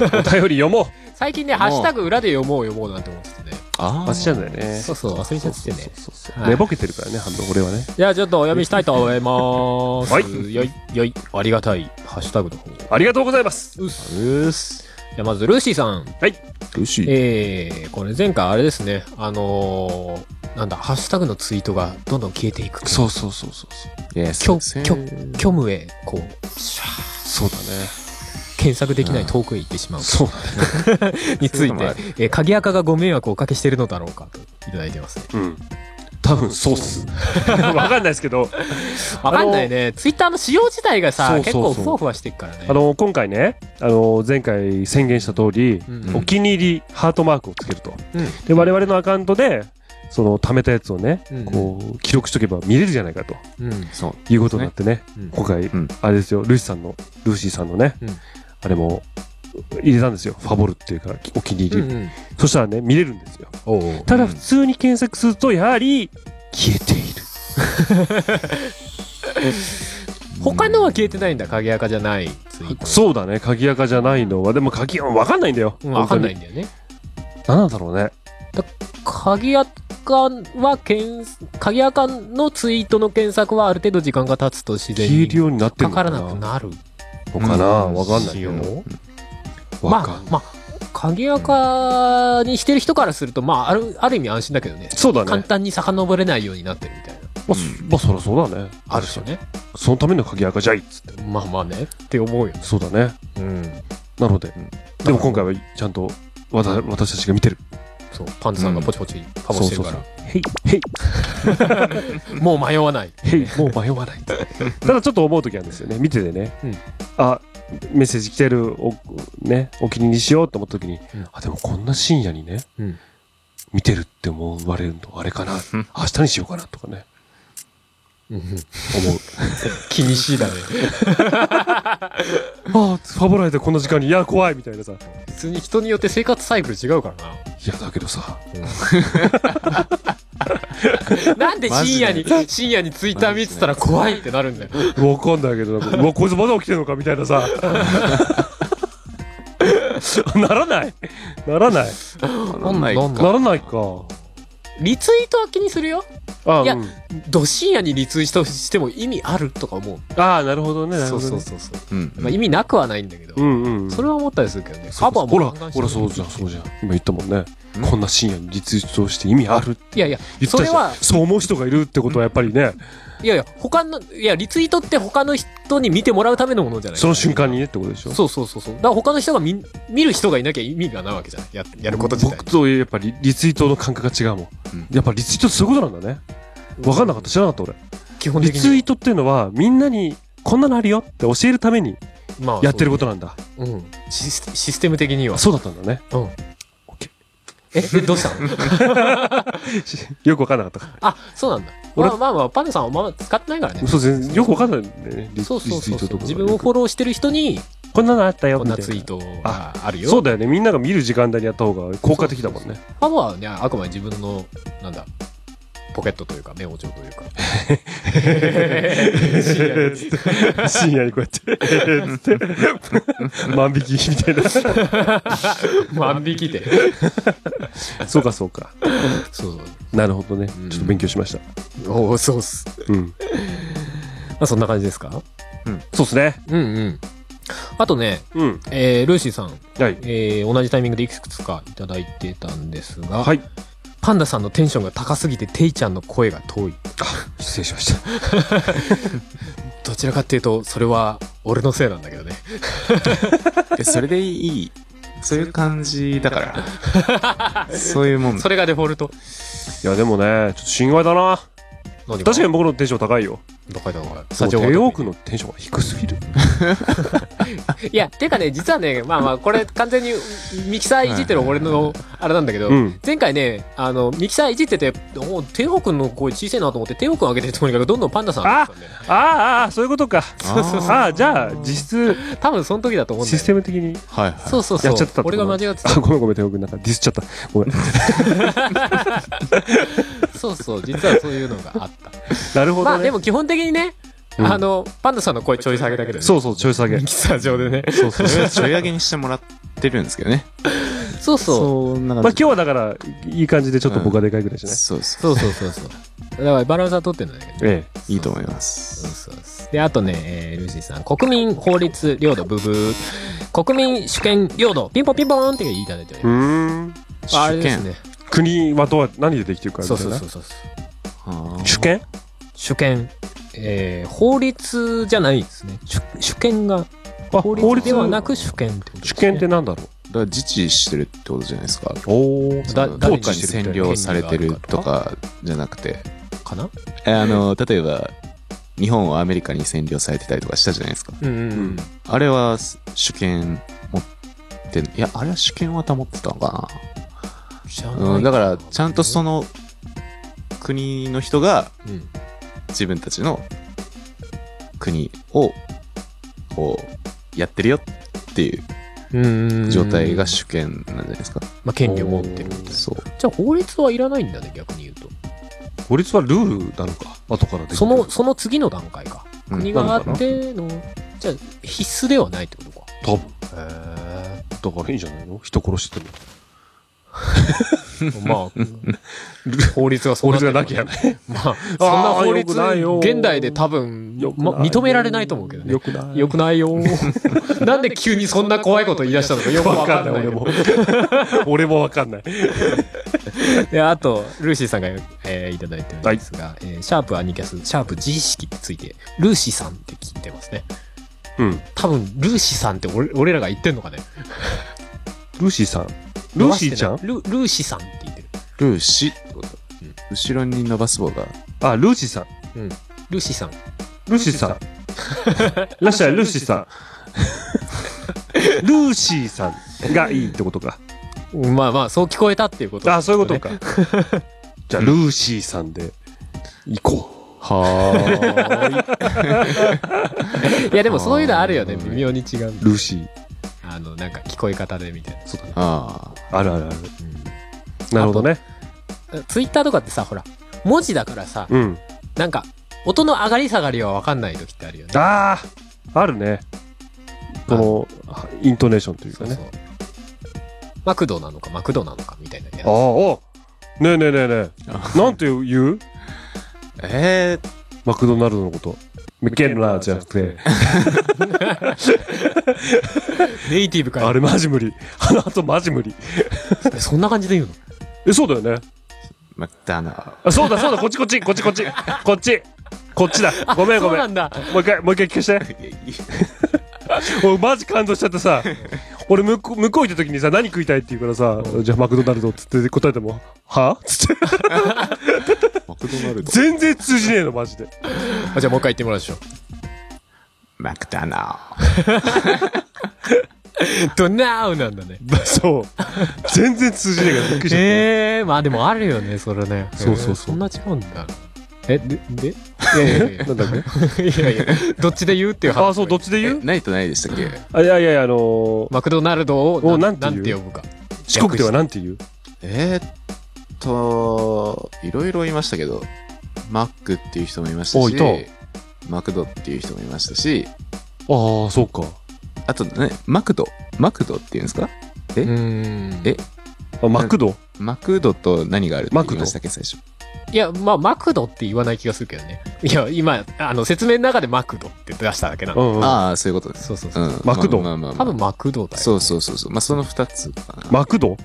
[SPEAKER 2] お便り読もう
[SPEAKER 1] 最近ね、
[SPEAKER 3] もう
[SPEAKER 1] ハッシュタグ裏で読もう読もうなんて思っててね。
[SPEAKER 3] あ
[SPEAKER 2] 忘
[SPEAKER 3] あ。
[SPEAKER 2] れちゃうんだよね
[SPEAKER 1] そうそう、忘れちゃっててね。
[SPEAKER 2] そうそう
[SPEAKER 1] はい
[SPEAKER 2] 寝ぼけてるからね半分俺はね
[SPEAKER 1] じゃあちょっとお読みしたいと思います。
[SPEAKER 2] [laughs] はい
[SPEAKER 1] よい、よい、ありがたい、ハッシュタグの方。
[SPEAKER 2] ありがとうございます
[SPEAKER 1] うっす。うっす。じゃあまず、ルーシーさん。
[SPEAKER 2] はい
[SPEAKER 3] よし。
[SPEAKER 1] えー、これ前回あれですね、あのー、なんだ、ハッシュタグのツイートがどんどん消えていく。
[SPEAKER 2] そうそうそうそうそう
[SPEAKER 3] いや
[SPEAKER 1] 虚、
[SPEAKER 3] そう
[SPEAKER 1] 虚
[SPEAKER 3] ですね、
[SPEAKER 1] 虚無へ、こう、
[SPEAKER 2] そうだね
[SPEAKER 1] 検索できない遠くへ行ってしまう。
[SPEAKER 2] そう
[SPEAKER 1] [laughs] について
[SPEAKER 3] そういうのもあ、
[SPEAKER 1] えー、鍵垢がご迷惑をおかけしているのだろうかといただいてますね。
[SPEAKER 2] うん多分そうっす。わかんないですけど、
[SPEAKER 1] わかんないね。ツイッターの仕様自体がさ、
[SPEAKER 2] そうそうそう
[SPEAKER 1] 結構ふわふわしてるからね。
[SPEAKER 2] あの、今回ね、あの、前回宣言した通り、
[SPEAKER 1] うん
[SPEAKER 2] お気に入りハートマークをつけると。
[SPEAKER 1] うん
[SPEAKER 2] で、我々のアカウントで、その、貯めたやつをね、
[SPEAKER 1] うん
[SPEAKER 2] こう、記録しとけば見れるじゃないかと
[SPEAKER 1] うん
[SPEAKER 3] そう。
[SPEAKER 2] いうことになってね、
[SPEAKER 1] うん
[SPEAKER 2] 今回、
[SPEAKER 3] うん
[SPEAKER 2] あれですよ、ルシさんの、ルーシーさんのね、
[SPEAKER 1] うん
[SPEAKER 2] あれも、入れたんですよ。ファボルっていうか、お気に入
[SPEAKER 1] う
[SPEAKER 2] り。
[SPEAKER 1] んうん
[SPEAKER 2] そしたらね、見れるんですよ。
[SPEAKER 1] おうおう
[SPEAKER 2] ただ、普通に検索すると、やはり、消えている。
[SPEAKER 1] 他のは消えてないんだ。影垢じゃないツイート。
[SPEAKER 2] そうだね、鍵垢じゃないのは、でも鍵、わかんないんだよ。
[SPEAKER 1] うんわかんないん
[SPEAKER 2] 本
[SPEAKER 1] だよね。
[SPEAKER 2] 当に。なんだろうね。
[SPEAKER 1] 鍵垢は検、鍵垢のツイートの検索はある程度時間が経つと自然
[SPEAKER 2] 消える
[SPEAKER 1] に
[SPEAKER 2] ようになってる
[SPEAKER 1] か
[SPEAKER 2] の
[SPEAKER 1] か
[SPEAKER 2] からな
[SPEAKER 1] なくなる。
[SPEAKER 2] のかな
[SPEAKER 3] うん
[SPEAKER 2] わかんない
[SPEAKER 1] 仕
[SPEAKER 2] け
[SPEAKER 1] 様
[SPEAKER 2] ど。
[SPEAKER 1] ま
[SPEAKER 2] わかん
[SPEAKER 1] あ、まあ、鍵垢にしてる人からすると、まあ、ある、ある意味安心だけどね。
[SPEAKER 2] そうだね。
[SPEAKER 1] 簡単に遡れないようになってるみたいな。
[SPEAKER 2] まあ、そまあ、そりゃそうだね。
[SPEAKER 1] あるしね。
[SPEAKER 2] そのための鍵垢じゃいっつって。
[SPEAKER 1] まあまあね。って思うよ。
[SPEAKER 2] そうだね。
[SPEAKER 1] うん。
[SPEAKER 2] なので
[SPEAKER 3] うん、
[SPEAKER 2] でも今回はちゃんと、わた私たちが見てる。
[SPEAKER 1] そう。パンツさんがポチポチかもしてるから。
[SPEAKER 2] へい、へい、
[SPEAKER 1] もう迷わない。
[SPEAKER 2] へ
[SPEAKER 1] [laughs]
[SPEAKER 2] い、もう迷わない。 [laughs] ただちょっと思う時あるんですよね。見ててね
[SPEAKER 1] うん。
[SPEAKER 2] あ、メッセージ来てる、お、ね、お気に入りしようと思った時に
[SPEAKER 1] うん、
[SPEAKER 2] あ、でもこんな深夜にね
[SPEAKER 1] うん、
[SPEAKER 2] 見てるって思われるのあれか [laughs] な。明日にしようかなとかね。思う。
[SPEAKER 1] 厳しいだね。
[SPEAKER 2] ああ、ファボライトこの時間に、いや、怖いみたいなさ。い
[SPEAKER 1] 普通に人によって生活サイクル違うからな。
[SPEAKER 2] や、だけどさ、
[SPEAKER 1] なんで深夜に、深夜にツイッター見てたら怖いってなるんだよ。
[SPEAKER 2] わかんないけど、なんかうわ、こいつまだ起きてるのかみたいなさ。 [laughs] ならないならない
[SPEAKER 3] わかんない
[SPEAKER 1] なんだ
[SPEAKER 2] ならないか。
[SPEAKER 1] リツイートは気にするよ。
[SPEAKER 2] あ
[SPEAKER 1] いや
[SPEAKER 2] うん
[SPEAKER 1] ど深夜にリツイートしても意味あるとか思う。
[SPEAKER 2] ああ、なるほどね。なる
[SPEAKER 1] そ
[SPEAKER 2] ほ
[SPEAKER 1] う
[SPEAKER 2] ど
[SPEAKER 1] そ
[SPEAKER 2] ね
[SPEAKER 1] うそうそう。
[SPEAKER 3] うん
[SPEAKER 1] まあ意味なくはないんだけど。
[SPEAKER 2] うんうんうん。
[SPEAKER 1] それは思ったりするけどね。
[SPEAKER 2] そう
[SPEAKER 1] カバーも
[SPEAKER 2] ほら
[SPEAKER 1] 考えしてる、
[SPEAKER 2] ほら、そうじゃん、そうじゃん。今言ったもんね
[SPEAKER 3] うん。
[SPEAKER 2] こんな深夜にリツイートして意味あるって
[SPEAKER 1] いやいや、
[SPEAKER 2] 言った
[SPEAKER 1] それ
[SPEAKER 2] じゃ
[SPEAKER 1] は
[SPEAKER 2] ん。そう思う人がいるってことはやっぱりね、
[SPEAKER 1] いやいや、他の、いや、リツイートって他の人に見てもらうためのものじゃない
[SPEAKER 2] その瞬間にねってことでしょ。
[SPEAKER 1] そうそうそうそう。だから他の人が見、見る人がいなきゃ意味がないわけじゃない。や、やること自体
[SPEAKER 2] 僕。とやっぱりリツイートの感覚が違うもん
[SPEAKER 3] うん。
[SPEAKER 2] やっぱリツイートってそういうことなんだね。わかんなかった、知らなかった俺。
[SPEAKER 1] 基本
[SPEAKER 2] リ
[SPEAKER 1] 的に。
[SPEAKER 2] ツイートっていうのはみんなにこんなのあるよって教えるために
[SPEAKER 1] まあ
[SPEAKER 2] やってることなんだ
[SPEAKER 1] そううん。シスシステム的には。
[SPEAKER 2] そうだったんだね
[SPEAKER 1] うん。え、でどうした
[SPEAKER 2] [laughs]
[SPEAKER 1] の
[SPEAKER 2] よくわかんなかったか
[SPEAKER 1] あ、そうなんだ。ま
[SPEAKER 2] 俺
[SPEAKER 1] あまあまあ、パンダさんはまあ使ってないからね
[SPEAKER 2] ら。そう全然よくわかんないんだよねリ
[SPEAKER 1] そうそう
[SPEAKER 2] リツ
[SPEAKER 1] そう
[SPEAKER 2] イート
[SPEAKER 1] そう。
[SPEAKER 2] とか
[SPEAKER 1] 自分をフォローしてる人に、
[SPEAKER 2] こんなのあったよ
[SPEAKER 1] こん
[SPEAKER 2] みた
[SPEAKER 1] ない
[SPEAKER 2] な
[SPEAKER 1] ツイートが
[SPEAKER 2] あ
[SPEAKER 1] あるよ。
[SPEAKER 2] そうだよねみんなが見る時間帯にやった方が効果的だもんね
[SPEAKER 1] パワーはね、あくまで自分の、なんだ、ポケットというか、メモ帳というか。
[SPEAKER 2] 深夜にこうやって万引きみたいな
[SPEAKER 1] [laughs] 万引きで。
[SPEAKER 2] そうかそうか
[SPEAKER 1] そう
[SPEAKER 2] なるほどね
[SPEAKER 1] うん
[SPEAKER 2] ちょっと勉強しました
[SPEAKER 1] そう。おお、そうっす。
[SPEAKER 2] うん
[SPEAKER 1] まあそんな感じですか
[SPEAKER 2] そうっすね
[SPEAKER 1] うんうん。あとね、
[SPEAKER 2] うん
[SPEAKER 1] えールーシーさん、
[SPEAKER 2] はい
[SPEAKER 1] えー同じタイミングでいくつかいただいてたんですが、
[SPEAKER 2] はい
[SPEAKER 1] パンダさんのテンションが高すぎて、テイちゃんの声が遠い。
[SPEAKER 2] 失礼しました
[SPEAKER 1] どちらかっていうと、それは俺のせいなんだけどね。
[SPEAKER 3] えそれでいい。そういう感じだ [laughs] から。そういうもん
[SPEAKER 1] そ
[SPEAKER 3] だ。
[SPEAKER 1] れがデフォルト。
[SPEAKER 2] いやでもねちょっと心外だな
[SPEAKER 1] 何
[SPEAKER 2] 確かに僕のテンション高いよ
[SPEAKER 1] 高い高い。スタジオ
[SPEAKER 2] 帝
[SPEAKER 1] は
[SPEAKER 2] 王区のテンションが低すぎる
[SPEAKER 1] いや、てかね、実はね、まあまあ、これ完全にミキサーいじってる俺の、あれなんだけど、
[SPEAKER 2] うん
[SPEAKER 1] 前回ね、あの、ミキサーいじってて、おテオくんの声小さいなと思って、テオくん上げてるところからどんどんパンダさん上がってたんだよね。
[SPEAKER 2] ああああそういうことか
[SPEAKER 3] そうそうそう
[SPEAKER 2] ああじゃあ実質
[SPEAKER 1] 多分その時だと思うんだよ、
[SPEAKER 2] シ
[SPEAKER 1] ね
[SPEAKER 2] ス。テム的に
[SPEAKER 3] はいはい。
[SPEAKER 1] そうそうそ
[SPEAKER 2] や
[SPEAKER 1] う
[SPEAKER 2] っちゃってた。
[SPEAKER 1] 俺が間違って
[SPEAKER 2] たあごめんごめん手くんなんかディスっちゃったごめん
[SPEAKER 1] た。そうそう、実はそういうのがあ
[SPEAKER 2] [laughs]
[SPEAKER 1] った。
[SPEAKER 2] なるほ
[SPEAKER 1] ま
[SPEAKER 2] ど
[SPEAKER 1] あで
[SPEAKER 2] ね
[SPEAKER 1] も基本的にね、
[SPEAKER 2] うん
[SPEAKER 1] あの、パンダさんの声ちょい下げだけど、ね、
[SPEAKER 2] そうそうちょい下げ
[SPEAKER 1] ミキサー上でね。
[SPEAKER 2] そうそう
[SPEAKER 3] それはちょい上げにしてもらってるんですけどね。
[SPEAKER 1] そうそう。
[SPEAKER 3] う。んな
[SPEAKER 2] まあ今
[SPEAKER 3] 感じ。
[SPEAKER 2] 日はだからいい感じでちょっと僕がでかいぐらいじゃない
[SPEAKER 3] そうそ
[SPEAKER 1] そうそうそうそう。だからバランスは取ってるんだけどね。
[SPEAKER 2] ええ
[SPEAKER 3] う。いいと思いま
[SPEAKER 1] そう
[SPEAKER 3] す。
[SPEAKER 1] そうそうで、あとね、えールーシーさん、国民法律領土ブブー、国民主権領土、ピンポンピンポーンっていただいており
[SPEAKER 2] う
[SPEAKER 1] ま
[SPEAKER 2] ーん
[SPEAKER 1] す。ああれです
[SPEAKER 3] 主権。
[SPEAKER 1] ね。
[SPEAKER 2] 国はどうや何でできてるかみた
[SPEAKER 1] そ
[SPEAKER 2] いうな
[SPEAKER 1] そうそうそう。
[SPEAKER 3] あー
[SPEAKER 2] 主権
[SPEAKER 1] 主権。えー法律じゃないですね。主主権が、
[SPEAKER 2] あ
[SPEAKER 1] 法律ではなく主権ってことです、
[SPEAKER 2] 主
[SPEAKER 1] ね。
[SPEAKER 2] 権ってなんだろう
[SPEAKER 3] だから自治してるってことじゃないですか。
[SPEAKER 2] おお
[SPEAKER 1] だ
[SPEAKER 3] その
[SPEAKER 1] 誰に
[SPEAKER 3] どっかに占領されてるとかじゃなくて、
[SPEAKER 1] かな
[SPEAKER 3] あの、例えば、日本はアメリカに占領されてたりとかしたじゃないですか。
[SPEAKER 2] うんう。
[SPEAKER 3] うんあれは主権持ってん、いや、あれは主権は保ってたのか
[SPEAKER 1] 知ら
[SPEAKER 3] な。
[SPEAKER 1] ない
[SPEAKER 3] うん、だから、ちゃんとそ
[SPEAKER 1] の、
[SPEAKER 3] の国の人が
[SPEAKER 1] うん
[SPEAKER 3] 自分たちの国を、こう、やってるよっていう
[SPEAKER 1] うんうんうん
[SPEAKER 3] 状態が主権なんじゃないですか。
[SPEAKER 1] まあ、権利を持ってるみたいなじ
[SPEAKER 3] そう。
[SPEAKER 1] ゃあ法律はいらないんだね逆に言うと
[SPEAKER 2] 法律はルールなのか後からできる
[SPEAKER 1] そのその次の段階か
[SPEAKER 3] うん
[SPEAKER 1] 国があってのじゃあ必須ではないって
[SPEAKER 2] [laughs]
[SPEAKER 1] ことか
[SPEAKER 2] 多分
[SPEAKER 1] へ
[SPEAKER 2] だからいいんじゃないの人殺してても
[SPEAKER 1] えまあ法律がそ
[SPEAKER 2] 法
[SPEAKER 1] うなっ
[SPEAKER 2] 律
[SPEAKER 1] て
[SPEAKER 2] が
[SPEAKER 1] る
[SPEAKER 2] なきゃね
[SPEAKER 1] まあそんな法律
[SPEAKER 2] よくないよ
[SPEAKER 1] 現代で多分
[SPEAKER 2] よく
[SPEAKER 1] [laughs] ま
[SPEAKER 2] ない
[SPEAKER 1] 認められないと思うけどね
[SPEAKER 2] よくない
[SPEAKER 1] よくないよ
[SPEAKER 2] [laughs]
[SPEAKER 1] なんで急にそんな怖いこと言い出したのかよくわ
[SPEAKER 2] わ
[SPEAKER 1] かん
[SPEAKER 2] かん
[SPEAKER 1] な
[SPEAKER 2] ないい
[SPEAKER 1] けど
[SPEAKER 2] 俺も俺もわかんない
[SPEAKER 1] であと、ルーシーさんが、えーいただいてるんですが、えーシャープアニキャス、シャープ G 式について、ルーシーさんって聞いてますね。
[SPEAKER 2] うん
[SPEAKER 1] 多分、ルーシーさんって俺俺らが言ってんのかね。
[SPEAKER 2] ルーシーさんルーシーちゃん
[SPEAKER 1] 伸ばしてないルルーシーさんって言ってる。
[SPEAKER 3] ルーシってこと。後ろに伸ばす方が、
[SPEAKER 2] あルーシーさん
[SPEAKER 1] ルーシーさん。
[SPEAKER 2] ルーシーさんらっしゃいルーシー [laughs] さんルーシーさんがいいってことか
[SPEAKER 1] まあまあ、そう聞こえたっていうこと、
[SPEAKER 2] あそういうこと。かじゃあルーシーさんで行こ
[SPEAKER 3] はあ。
[SPEAKER 1] [laughs] いや、でもそういうのあるよね。
[SPEAKER 3] あー
[SPEAKER 1] 微妙に違う。
[SPEAKER 2] うルーシー
[SPEAKER 1] あの、なんか聞こえ方でみたいな。
[SPEAKER 2] そうだね
[SPEAKER 3] あ
[SPEAKER 2] あるあるあるなるほどね
[SPEAKER 1] ツイッターとかってさ、ほら、文字だからさ、
[SPEAKER 2] うん
[SPEAKER 1] なんか、音の上がり下がりはわかんない時ってあるよね。
[SPEAKER 2] あああるねこのはイントネーションという
[SPEAKER 1] そ
[SPEAKER 2] か
[SPEAKER 1] う
[SPEAKER 2] ね
[SPEAKER 1] そう。マクドなのかマクドなのかみたいなやつ
[SPEAKER 2] あああねえねえねえね
[SPEAKER 3] あ
[SPEAKER 2] えなんて言う
[SPEAKER 3] あ。えー、
[SPEAKER 2] マクドナルドのことメケンラーじゃなくて
[SPEAKER 1] ネイティブか
[SPEAKER 2] あれマジ無理あの後マジ無理
[SPEAKER 1] ら。そんな感じで言うの
[SPEAKER 2] えそうだよね
[SPEAKER 3] またな。
[SPEAKER 2] あそうだそうだこっちこっちこっちこっちこっちこっちだごめんご
[SPEAKER 1] そう
[SPEAKER 2] めん
[SPEAKER 1] なんだ。
[SPEAKER 2] もう一回もう一回聞かせて俺マジ感動しちゃってさ俺向こう向こう行った時にさ何食いたいって言うからさじゃあマクドナルドっつって答えてもはつって
[SPEAKER 3] マクドナルド。
[SPEAKER 2] 全然通じねえのマジで
[SPEAKER 1] あじゃあもう一回言ってもらうでしょ。
[SPEAKER 3] マクダナ
[SPEAKER 1] ドナウなんだね。
[SPEAKER 2] [laughs] そう全然通じねえからびっくりしちゃった、
[SPEAKER 1] ええまあでもあるよね、それね。
[SPEAKER 2] そうそうそ
[SPEAKER 1] え
[SPEAKER 2] う
[SPEAKER 1] ーそんな違うんだ。え、で、でいやいやいや
[SPEAKER 2] なんだっけ
[SPEAKER 1] いやいや、どっちで言うっていう話。
[SPEAKER 2] あそうどっちで
[SPEAKER 3] え、
[SPEAKER 2] 言う
[SPEAKER 3] 何と何でしたっけ
[SPEAKER 2] あいやいやいやあのー、
[SPEAKER 1] マクドナルドを
[SPEAKER 2] おなんて
[SPEAKER 1] な
[SPEAKER 2] 言うん
[SPEAKER 1] て呼ぶか。
[SPEAKER 2] 四国ではなんて言う
[SPEAKER 3] えー、っと、いろいろいましたけど、マックっていう人もいまし
[SPEAKER 2] お
[SPEAKER 3] た
[SPEAKER 2] いい
[SPEAKER 3] し、マクドっていう人もいましたし、
[SPEAKER 2] ああそうか
[SPEAKER 3] あとね、マクド。マクドっていうんですかえ
[SPEAKER 1] うーん。
[SPEAKER 3] え
[SPEAKER 2] あマクド
[SPEAKER 3] マクドと何があるって
[SPEAKER 2] マ
[SPEAKER 3] 言
[SPEAKER 2] クド
[SPEAKER 3] いましたっけ、最初。
[SPEAKER 1] いや、まあ、マクドって言わない気がするけどね。いや、今、あの、説明の中でマクドって出しただけな
[SPEAKER 2] う
[SPEAKER 1] の。
[SPEAKER 2] んうん
[SPEAKER 3] ああ、そういうことです。
[SPEAKER 1] そうそう
[SPEAKER 3] う
[SPEAKER 1] そう。
[SPEAKER 3] ん。
[SPEAKER 2] マクド
[SPEAKER 3] まあまあま
[SPEAKER 1] 多
[SPEAKER 3] あまあ
[SPEAKER 1] 分マクドだよ。
[SPEAKER 3] そうそうそうそう。まあ、その二つかな。
[SPEAKER 2] マクド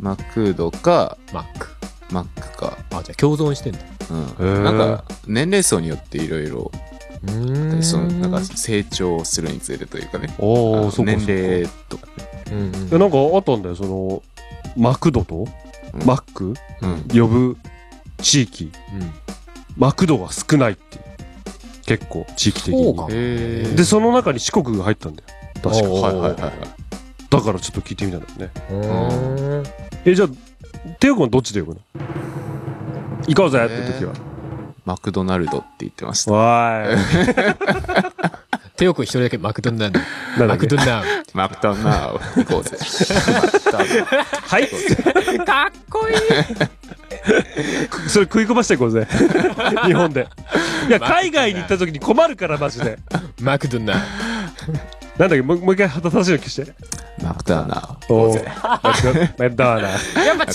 [SPEAKER 3] マクドか、
[SPEAKER 1] マック。
[SPEAKER 3] マックか。
[SPEAKER 1] あ、じゃあ共存してんだ。
[SPEAKER 3] う
[SPEAKER 2] ー
[SPEAKER 3] ん。なんか、年齢層によっていろいろ、
[SPEAKER 1] うーん
[SPEAKER 3] その、なんか、成長するにつれてというかね。あ
[SPEAKER 2] お
[SPEAKER 3] の
[SPEAKER 2] おそうか
[SPEAKER 3] 年
[SPEAKER 2] そうか
[SPEAKER 3] 齢とか。
[SPEAKER 1] うんうん
[SPEAKER 2] えなんかあったんだよそのマクドと
[SPEAKER 3] うん
[SPEAKER 2] マック
[SPEAKER 3] うん。
[SPEAKER 2] 呼ぶ地域マクドが少ないっていう結構地域的
[SPEAKER 1] そうか
[SPEAKER 2] に
[SPEAKER 1] もね。
[SPEAKER 3] へー
[SPEAKER 2] でその中に四国が入ったんだよ確か
[SPEAKER 1] おー
[SPEAKER 3] はいはいはいはい。
[SPEAKER 2] だからちょっと聞いてみたんだよね
[SPEAKER 1] うん
[SPEAKER 2] えじゃあテオ君はどっちで呼ぶの行こうぜって時は、
[SPEAKER 3] マクドナルドって言ってました。
[SPEAKER 2] わー
[SPEAKER 1] テオ君一人だけマクドナル
[SPEAKER 2] い [laughs]
[SPEAKER 1] ド。マ
[SPEAKER 2] なんだっ
[SPEAKER 1] ク
[SPEAKER 2] け
[SPEAKER 1] ドナル
[SPEAKER 3] マクドナルド行こうぜ。マクドナルド
[SPEAKER 2] はい
[SPEAKER 1] ド。かっこいい
[SPEAKER 2] [laughs] それ食い込ましていこうぜ [laughs] 日本でいや海外に行った時に困るからマジで
[SPEAKER 1] マクドナル
[SPEAKER 2] なんだっけもうもう一回正しいの聞して
[SPEAKER 3] マクドナル
[SPEAKER 2] おーマクドマクダ
[SPEAKER 1] [laughs]
[SPEAKER 2] ーラ
[SPEAKER 1] ド。やっぱ違うんだ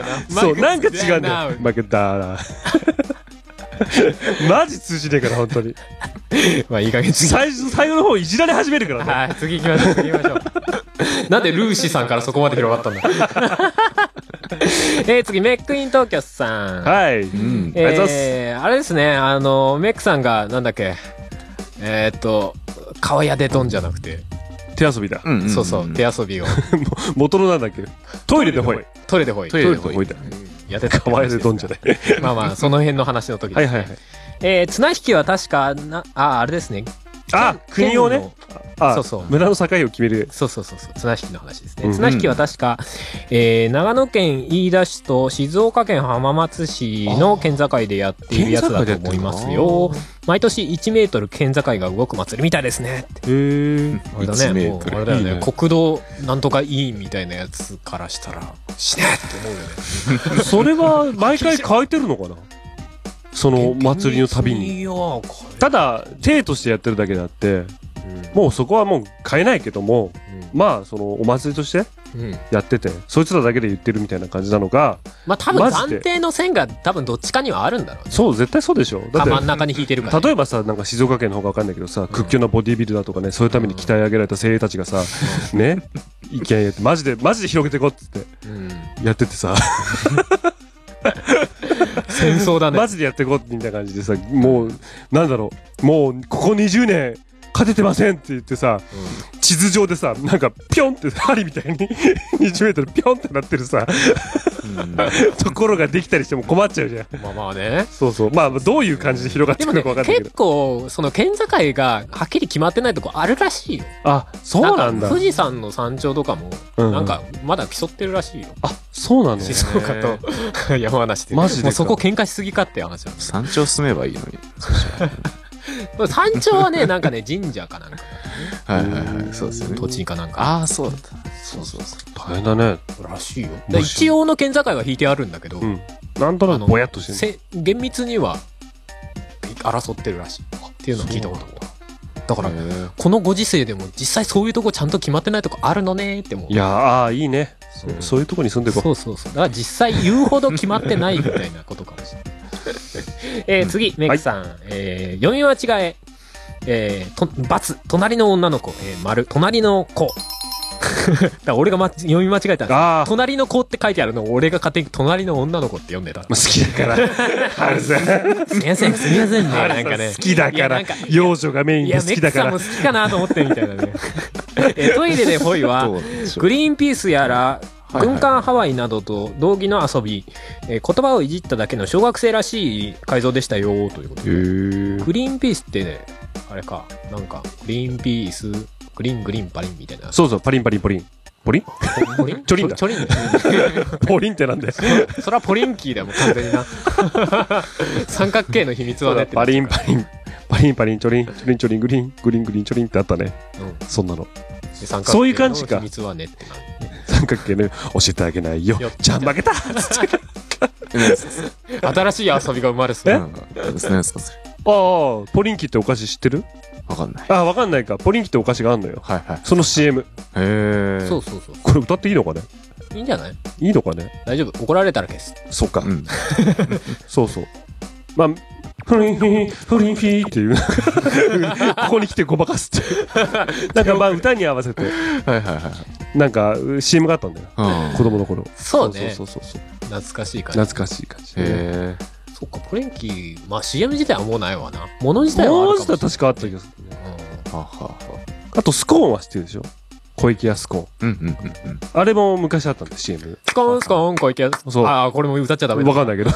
[SPEAKER 1] な。
[SPEAKER 2] [laughs] そうなんか違うんだよ
[SPEAKER 1] マク
[SPEAKER 2] マクダーラ [laughs] マジ通じねえから本当に
[SPEAKER 1] ドナルドまあいい加減次。
[SPEAKER 2] 最初最後の方いじられ始めるからね
[SPEAKER 1] はい、次行きましょう、次行きましょう。
[SPEAKER 2] [laughs]
[SPEAKER 1] なんでルーシーさんからそこまで広がったんだえー、次、メックイン東京さん。
[SPEAKER 2] はい、
[SPEAKER 3] ド。うん。
[SPEAKER 2] ありがとうございます
[SPEAKER 1] えーあれですね、あの、メックさんが、なんだっけ、えーっと、川屋でドンじゃなくて、
[SPEAKER 2] 手遊びだ
[SPEAKER 3] うんん
[SPEAKER 2] [laughs]
[SPEAKER 1] そうそう、手遊びを、
[SPEAKER 2] 元のなんだっけトイレでほい
[SPEAKER 1] トイレでほい。
[SPEAKER 3] トイレでほい。
[SPEAKER 2] トイレでほい
[SPEAKER 1] やってたって
[SPEAKER 2] 構え
[SPEAKER 1] 話
[SPEAKER 2] る
[SPEAKER 1] です
[SPEAKER 2] ドンじゃない。
[SPEAKER 1] [laughs] まあまあ、その辺の話の時
[SPEAKER 2] は
[SPEAKER 1] で
[SPEAKER 2] い
[SPEAKER 1] すね。
[SPEAKER 2] はいはい。
[SPEAKER 1] えー綱引きは確かな、あ、あれですね。
[SPEAKER 2] あ、国を
[SPEAKER 1] 県
[SPEAKER 2] ね
[SPEAKER 1] の。
[SPEAKER 2] あ、
[SPEAKER 1] そうそう
[SPEAKER 2] 村の境を決める。
[SPEAKER 1] そうそうそうそう、綱引きの話ですね。
[SPEAKER 2] うん
[SPEAKER 1] 綱引きは確か、えー長野県飯田市と静岡県浜松市の県境でやっているやつだと思いますよ。毎年1メートル県境が動く祭りみたいですね。
[SPEAKER 2] へー
[SPEAKER 1] あれだ
[SPEAKER 3] 1
[SPEAKER 1] ね。
[SPEAKER 3] メ
[SPEAKER 1] も
[SPEAKER 3] ー
[SPEAKER 1] う
[SPEAKER 3] トル
[SPEAKER 1] あれだよね
[SPEAKER 2] いいね
[SPEAKER 1] 国道なんとか委員みたいなやつからしたら、死ねって思うよね。
[SPEAKER 2] それは毎回変えてるのかなそ [laughs] の祭りのたびに。
[SPEAKER 1] いやーこ
[SPEAKER 2] ただ、体としてやってるだけであって、
[SPEAKER 1] れ
[SPEAKER 2] もうそこはもう変えないけども、
[SPEAKER 1] う
[SPEAKER 2] まあ、そのお祭りとして
[SPEAKER 1] んうん
[SPEAKER 2] やってて、そいつらだけで言ってるみたいな感じなのか、
[SPEAKER 1] まあ多分
[SPEAKER 2] マジで
[SPEAKER 1] 暫定の線が多分どっちかにはあるんだろうね。
[SPEAKER 2] そう、絶対そうでしょ。だっ
[SPEAKER 1] 真ん
[SPEAKER 2] て、
[SPEAKER 1] 中に引いてるからね。
[SPEAKER 2] 例えばさ、なんか静岡県の方がわかんないけどさ、屈強なボディビルダーとかね、そういうために鍛え上げられた精鋭たちがさ、ね、意見やって、マジで、マジで広げていこうっつって
[SPEAKER 1] うん
[SPEAKER 2] やっててさ、
[SPEAKER 1] 戦争だね。
[SPEAKER 2] マジでやっていこうみたいな感じでさ、もう、なんだろう、もう、ここ20年、勝ててませんって言ってさ、
[SPEAKER 1] うん
[SPEAKER 2] 地図上でさ、なんか、ぴょんって、針みたいに、20メート [laughs] ルぴょんってなってるさ、ところができたりしても困っちゃうじゃん。
[SPEAKER 1] まあまあね。
[SPEAKER 2] そうそう。まあ、どういう感じで広がって
[SPEAKER 1] で
[SPEAKER 2] い
[SPEAKER 1] もね
[SPEAKER 2] くのかわか、んないけど
[SPEAKER 1] 結。構、その県境がはっきり決まってないとこあるらしいよ。
[SPEAKER 2] あ、そうなん
[SPEAKER 1] か
[SPEAKER 2] だ。
[SPEAKER 1] 富士山の山頂とかも、
[SPEAKER 2] うんうん
[SPEAKER 1] なんかまだ競ってるらしいよ。
[SPEAKER 2] あ、そうなの
[SPEAKER 1] 静岡と山梨で。
[SPEAKER 2] マジでか
[SPEAKER 1] もうそこ喧嘩しすぎかって話なんです。
[SPEAKER 3] 山頂進めばいいのに。
[SPEAKER 1] 山頂はね、なん [laughs] かね、神社かなんか、
[SPEAKER 3] はいはいはい。そうですよね。
[SPEAKER 1] 土地かなんか。
[SPEAKER 3] ああ、そうだった。そうそうそう。
[SPEAKER 2] 大変だね。
[SPEAKER 1] らしいよ。
[SPEAKER 2] マジ
[SPEAKER 1] 一応の県境は引いてあるんだけど、
[SPEAKER 2] うん。なんとなくぼやっとしてる。
[SPEAKER 1] せ厳密には争ってるらしいっていうのを聞いたことあるだから、このご時世でも実際そういうとこちゃんと決まってないとこあるのねーってもう
[SPEAKER 2] いやー、あーいいね。
[SPEAKER 1] そう
[SPEAKER 2] そそういうとこに住んでこ
[SPEAKER 1] そうそうそうだから実際言うほど決まってないみたいなことかもしれ
[SPEAKER 2] [laughs]
[SPEAKER 1] ないえー次メイクさん、えー読み間違ええー、と×隣の女の子、えー、丸隣の子 [laughs] だから俺が、ま、読み間違えたん
[SPEAKER 2] う。
[SPEAKER 1] です
[SPEAKER 2] あー。ま
[SPEAKER 1] 隣の子って書いてあるのを俺が勝手に隣の女の子って読ん
[SPEAKER 2] [laughs]
[SPEAKER 1] でた
[SPEAKER 2] [laughs] あ好きだから。 [laughs] ハルさん。
[SPEAKER 1] すみませんすみませんね
[SPEAKER 2] ハ
[SPEAKER 1] なんか
[SPEAKER 2] ル
[SPEAKER 1] ね
[SPEAKER 2] さん好きだ
[SPEAKER 1] いや
[SPEAKER 2] か
[SPEAKER 1] な
[SPEAKER 2] ら
[SPEAKER 1] んか。
[SPEAKER 2] 幼女がメイン
[SPEAKER 1] い
[SPEAKER 2] で
[SPEAKER 1] や、
[SPEAKER 2] 好
[SPEAKER 1] メック
[SPEAKER 2] きだ
[SPEAKER 1] さ
[SPEAKER 2] か
[SPEAKER 1] んも
[SPEAKER 2] ら
[SPEAKER 1] 好。きかなと思ってみたいな
[SPEAKER 2] [laughs]
[SPEAKER 1] ね。えトイレでホイは、
[SPEAKER 3] うでしょう
[SPEAKER 1] グリーンピースやら、
[SPEAKER 3] いはい
[SPEAKER 1] 軍艦ハワイなどと同義の遊び、えー言葉をいじっただけの小学生らしい改造でしたよ、ということ
[SPEAKER 3] へ
[SPEAKER 1] で。
[SPEAKER 3] ー
[SPEAKER 1] グリーンピースってね、あれか、なんか、グリーンピース、グリーングリーンパリンみたいな。
[SPEAKER 2] そうそう、パリンパリンポリン。ポ [laughs] リン
[SPEAKER 1] ポリン
[SPEAKER 2] チョリンだ
[SPEAKER 1] チョリン。
[SPEAKER 2] ポリンってなんだよ。
[SPEAKER 1] そ [laughs] らポリンキーだもん、完全にな。 [laughs] 三角形の秘密はねって
[SPEAKER 2] パリンパリン。パリンパリン、チョリン、チョリンチョリン、グリーン、グリーングリーン、チョリンってあったね。
[SPEAKER 1] うん
[SPEAKER 2] そんなの。
[SPEAKER 1] で三角形の
[SPEAKER 2] そういう感じか
[SPEAKER 1] 秘密はねってなる
[SPEAKER 2] 三角形ね、教えてあげないよ
[SPEAKER 1] よ。
[SPEAKER 2] じゃあ負けた
[SPEAKER 1] 新しい遊びが生まれそう。
[SPEAKER 3] なんか、何ですか、それ。
[SPEAKER 2] ああ、ポリンキーってお菓子知ってる
[SPEAKER 3] わかんない。
[SPEAKER 2] ああ、わかんないか。ポリンキーってお菓子があるのよ。
[SPEAKER 3] はいはい。
[SPEAKER 2] その CM。
[SPEAKER 3] へえ。
[SPEAKER 1] そうそうそう。
[SPEAKER 2] これ歌っていいのかね
[SPEAKER 1] いいんじゃない
[SPEAKER 2] いいのかね
[SPEAKER 1] 大丈夫怒られたら消す
[SPEAKER 2] そうか
[SPEAKER 3] うん。
[SPEAKER 2] そうそう。まあ、フリンフィー、フリンフィーって [laughs] いう。ここに来てごまかすっていう。なんかまあ歌に合わせて、
[SPEAKER 3] はいはいはい
[SPEAKER 2] なんかう CM があったんだよ。
[SPEAKER 3] はい。
[SPEAKER 2] 子供の頃。
[SPEAKER 1] そうね
[SPEAKER 2] そうそうそうそう。
[SPEAKER 1] 懐かしい感
[SPEAKER 2] 懐かしい感じ。
[SPEAKER 3] へえ。
[SPEAKER 1] じそっかポリンキーまあ CM 自体はもうないわな物自体はあ
[SPEAKER 2] もう
[SPEAKER 1] る
[SPEAKER 2] 一
[SPEAKER 1] か
[SPEAKER 2] 度
[SPEAKER 1] も
[SPEAKER 2] 確かあった気がするね。
[SPEAKER 1] しれない
[SPEAKER 3] ははは。
[SPEAKER 2] あと、スコーンは知ってるでしょ小池屋スコーン。
[SPEAKER 3] うんうんうんうん。
[SPEAKER 2] あれも昔あったんで、CM。
[SPEAKER 1] スコーンスコーン小池屋
[SPEAKER 2] そう
[SPEAKER 1] ああこれも歌っちゃダメだ
[SPEAKER 2] わかんないけど。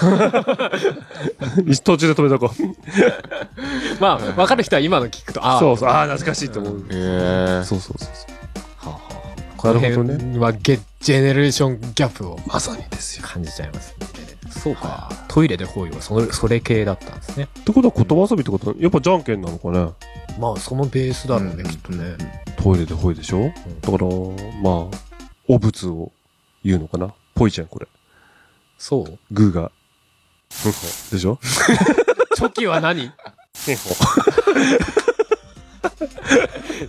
[SPEAKER 1] [laughs]
[SPEAKER 2] 途中で止めとこう。
[SPEAKER 1] まあ分かる人は今の聞くとああ
[SPEAKER 2] そうそう。ああ、懐かしいと思う。
[SPEAKER 3] へえ。
[SPEAKER 2] そうそうそうそう。
[SPEAKER 3] はは。
[SPEAKER 1] この辺
[SPEAKER 2] なるほ
[SPEAKER 1] はゲジェネレーションギャップを
[SPEAKER 2] まさにですよ。
[SPEAKER 1] 感じちゃいますねそうかトイレで包囲はそのそれ系だったんですね
[SPEAKER 2] ってことは言葉遊びってことやっぱじゃんけんなのかね
[SPEAKER 1] まあそのベースだろうね
[SPEAKER 3] うん
[SPEAKER 1] きっとね
[SPEAKER 2] トイレでほいでしょ、だから、まあ、お仏を言うのかなぽいちゃんこれ。
[SPEAKER 1] そう
[SPEAKER 2] グ
[SPEAKER 1] [laughs]
[SPEAKER 2] ーが。でしょ
[SPEAKER 1] チョキは何 [laughs]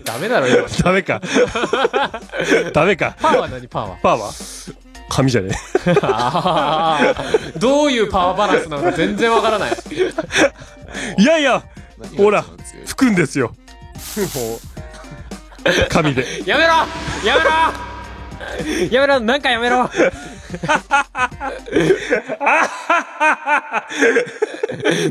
[SPEAKER 1] ダメだろ今
[SPEAKER 2] [laughs] ダ
[SPEAKER 1] [laughs]
[SPEAKER 2] メか。ダメか。
[SPEAKER 1] パーは何パー [laughs] は
[SPEAKER 2] パーは紙じゃね
[SPEAKER 1] あーどういうパワーバランスなのか全然わからない。
[SPEAKER 2] え。いやいや、ほら
[SPEAKER 3] 何が一番強い
[SPEAKER 2] 吹くんです [laughs] よ。紙で。
[SPEAKER 1] やめろやめろやめろなんかやめろ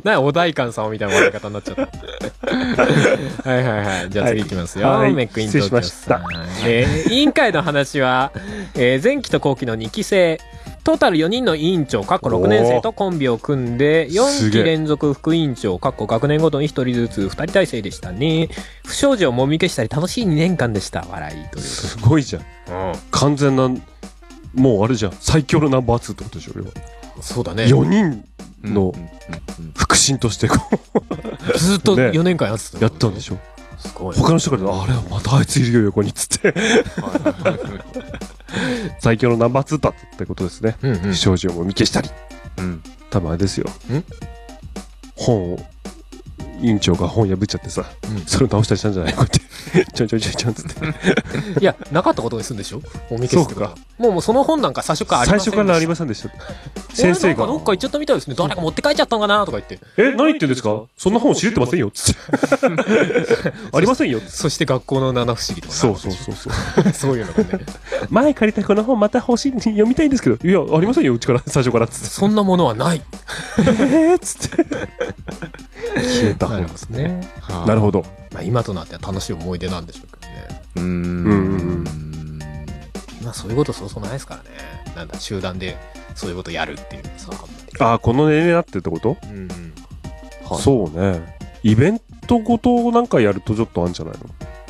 [SPEAKER 1] なお代官様みたいな笑い方になっちゃった。はいはいはい。じゃあ次いきますよ。
[SPEAKER 2] はい
[SPEAKER 1] メックイン東京さん
[SPEAKER 2] 失
[SPEAKER 1] えー委員会の話は、えー前期と後期の2期生、トータル4人の委員長、過去6年生とコンビを組んで、4
[SPEAKER 2] す
[SPEAKER 1] 期
[SPEAKER 2] げえ
[SPEAKER 1] 連続副委員長、過去学年ごとに1人ずつ2人体制でしたね。不祥事をもみ消したり楽しい2年間でした。笑いという。
[SPEAKER 2] すごいじゃん。完全な、もうあれじゃん。最強のナンバー2ってことでしょ、要は。
[SPEAKER 1] そうだね
[SPEAKER 2] 4人
[SPEAKER 3] うん
[SPEAKER 2] の
[SPEAKER 3] うんうん
[SPEAKER 2] 腹心としてこ
[SPEAKER 1] ずっと
[SPEAKER 2] ね
[SPEAKER 1] 4年間やってた、 [laughs]
[SPEAKER 2] う、やったんでしょ。
[SPEAKER 1] ょ。すごい。
[SPEAKER 2] 他の人から、あれ、またあいついるよ、横に、つ [laughs] って。最強のナンバー2だってことですね。
[SPEAKER 1] うんうん
[SPEAKER 2] 不祥事をもみ消したり。
[SPEAKER 3] うん
[SPEAKER 2] 多分あれですよ。本を、委員長が本破っちゃってさ、
[SPEAKER 1] うん
[SPEAKER 2] それを直したりしたんじゃないこうやって、ちょんちょんちょんちょんつって。
[SPEAKER 1] いや、なかったことにするんでしょお見消すと
[SPEAKER 2] そう
[SPEAKER 1] か。もうもうその本なんか最初からあり
[SPEAKER 2] 最
[SPEAKER 1] ませんでした
[SPEAKER 2] 初からありませんでした。先生
[SPEAKER 1] 俺なんかどっか
[SPEAKER 2] が
[SPEAKER 1] 行っ。ちゃったみたいですね。誰か持って帰っちゃったんかなとか言って。
[SPEAKER 2] え、何言ってんですかそんな本知れてませんよ。つって。ありませんよ。
[SPEAKER 1] そして学校の七不思議とか。
[SPEAKER 2] そうそうそうそう。
[SPEAKER 1] う。 [laughs] そういうのがね。
[SPEAKER 2] 前借りたこの本また欲しい、読みたいんですけど、いや、ありませんよ、うちから、最初から、つ
[SPEAKER 1] [laughs]
[SPEAKER 2] って。
[SPEAKER 1] そんなものはない。
[SPEAKER 2] えー、つって。消えた本ですね。
[SPEAKER 1] ね。
[SPEAKER 3] はあ
[SPEAKER 2] なるほど。
[SPEAKER 1] まあ今となっては楽しい思い出なんでしょうけどね。
[SPEAKER 3] うーん
[SPEAKER 2] う
[SPEAKER 3] うんん
[SPEAKER 2] うん
[SPEAKER 1] 今そういうことそうそうないですからね。なんだ、集団でそういうことやるっていうのはさ、あんまり
[SPEAKER 2] ああ、この年齢になってってこと
[SPEAKER 1] うんうん。
[SPEAKER 3] はい
[SPEAKER 2] そうね。イベントごとなんかやるとちょっとあるんじゃないの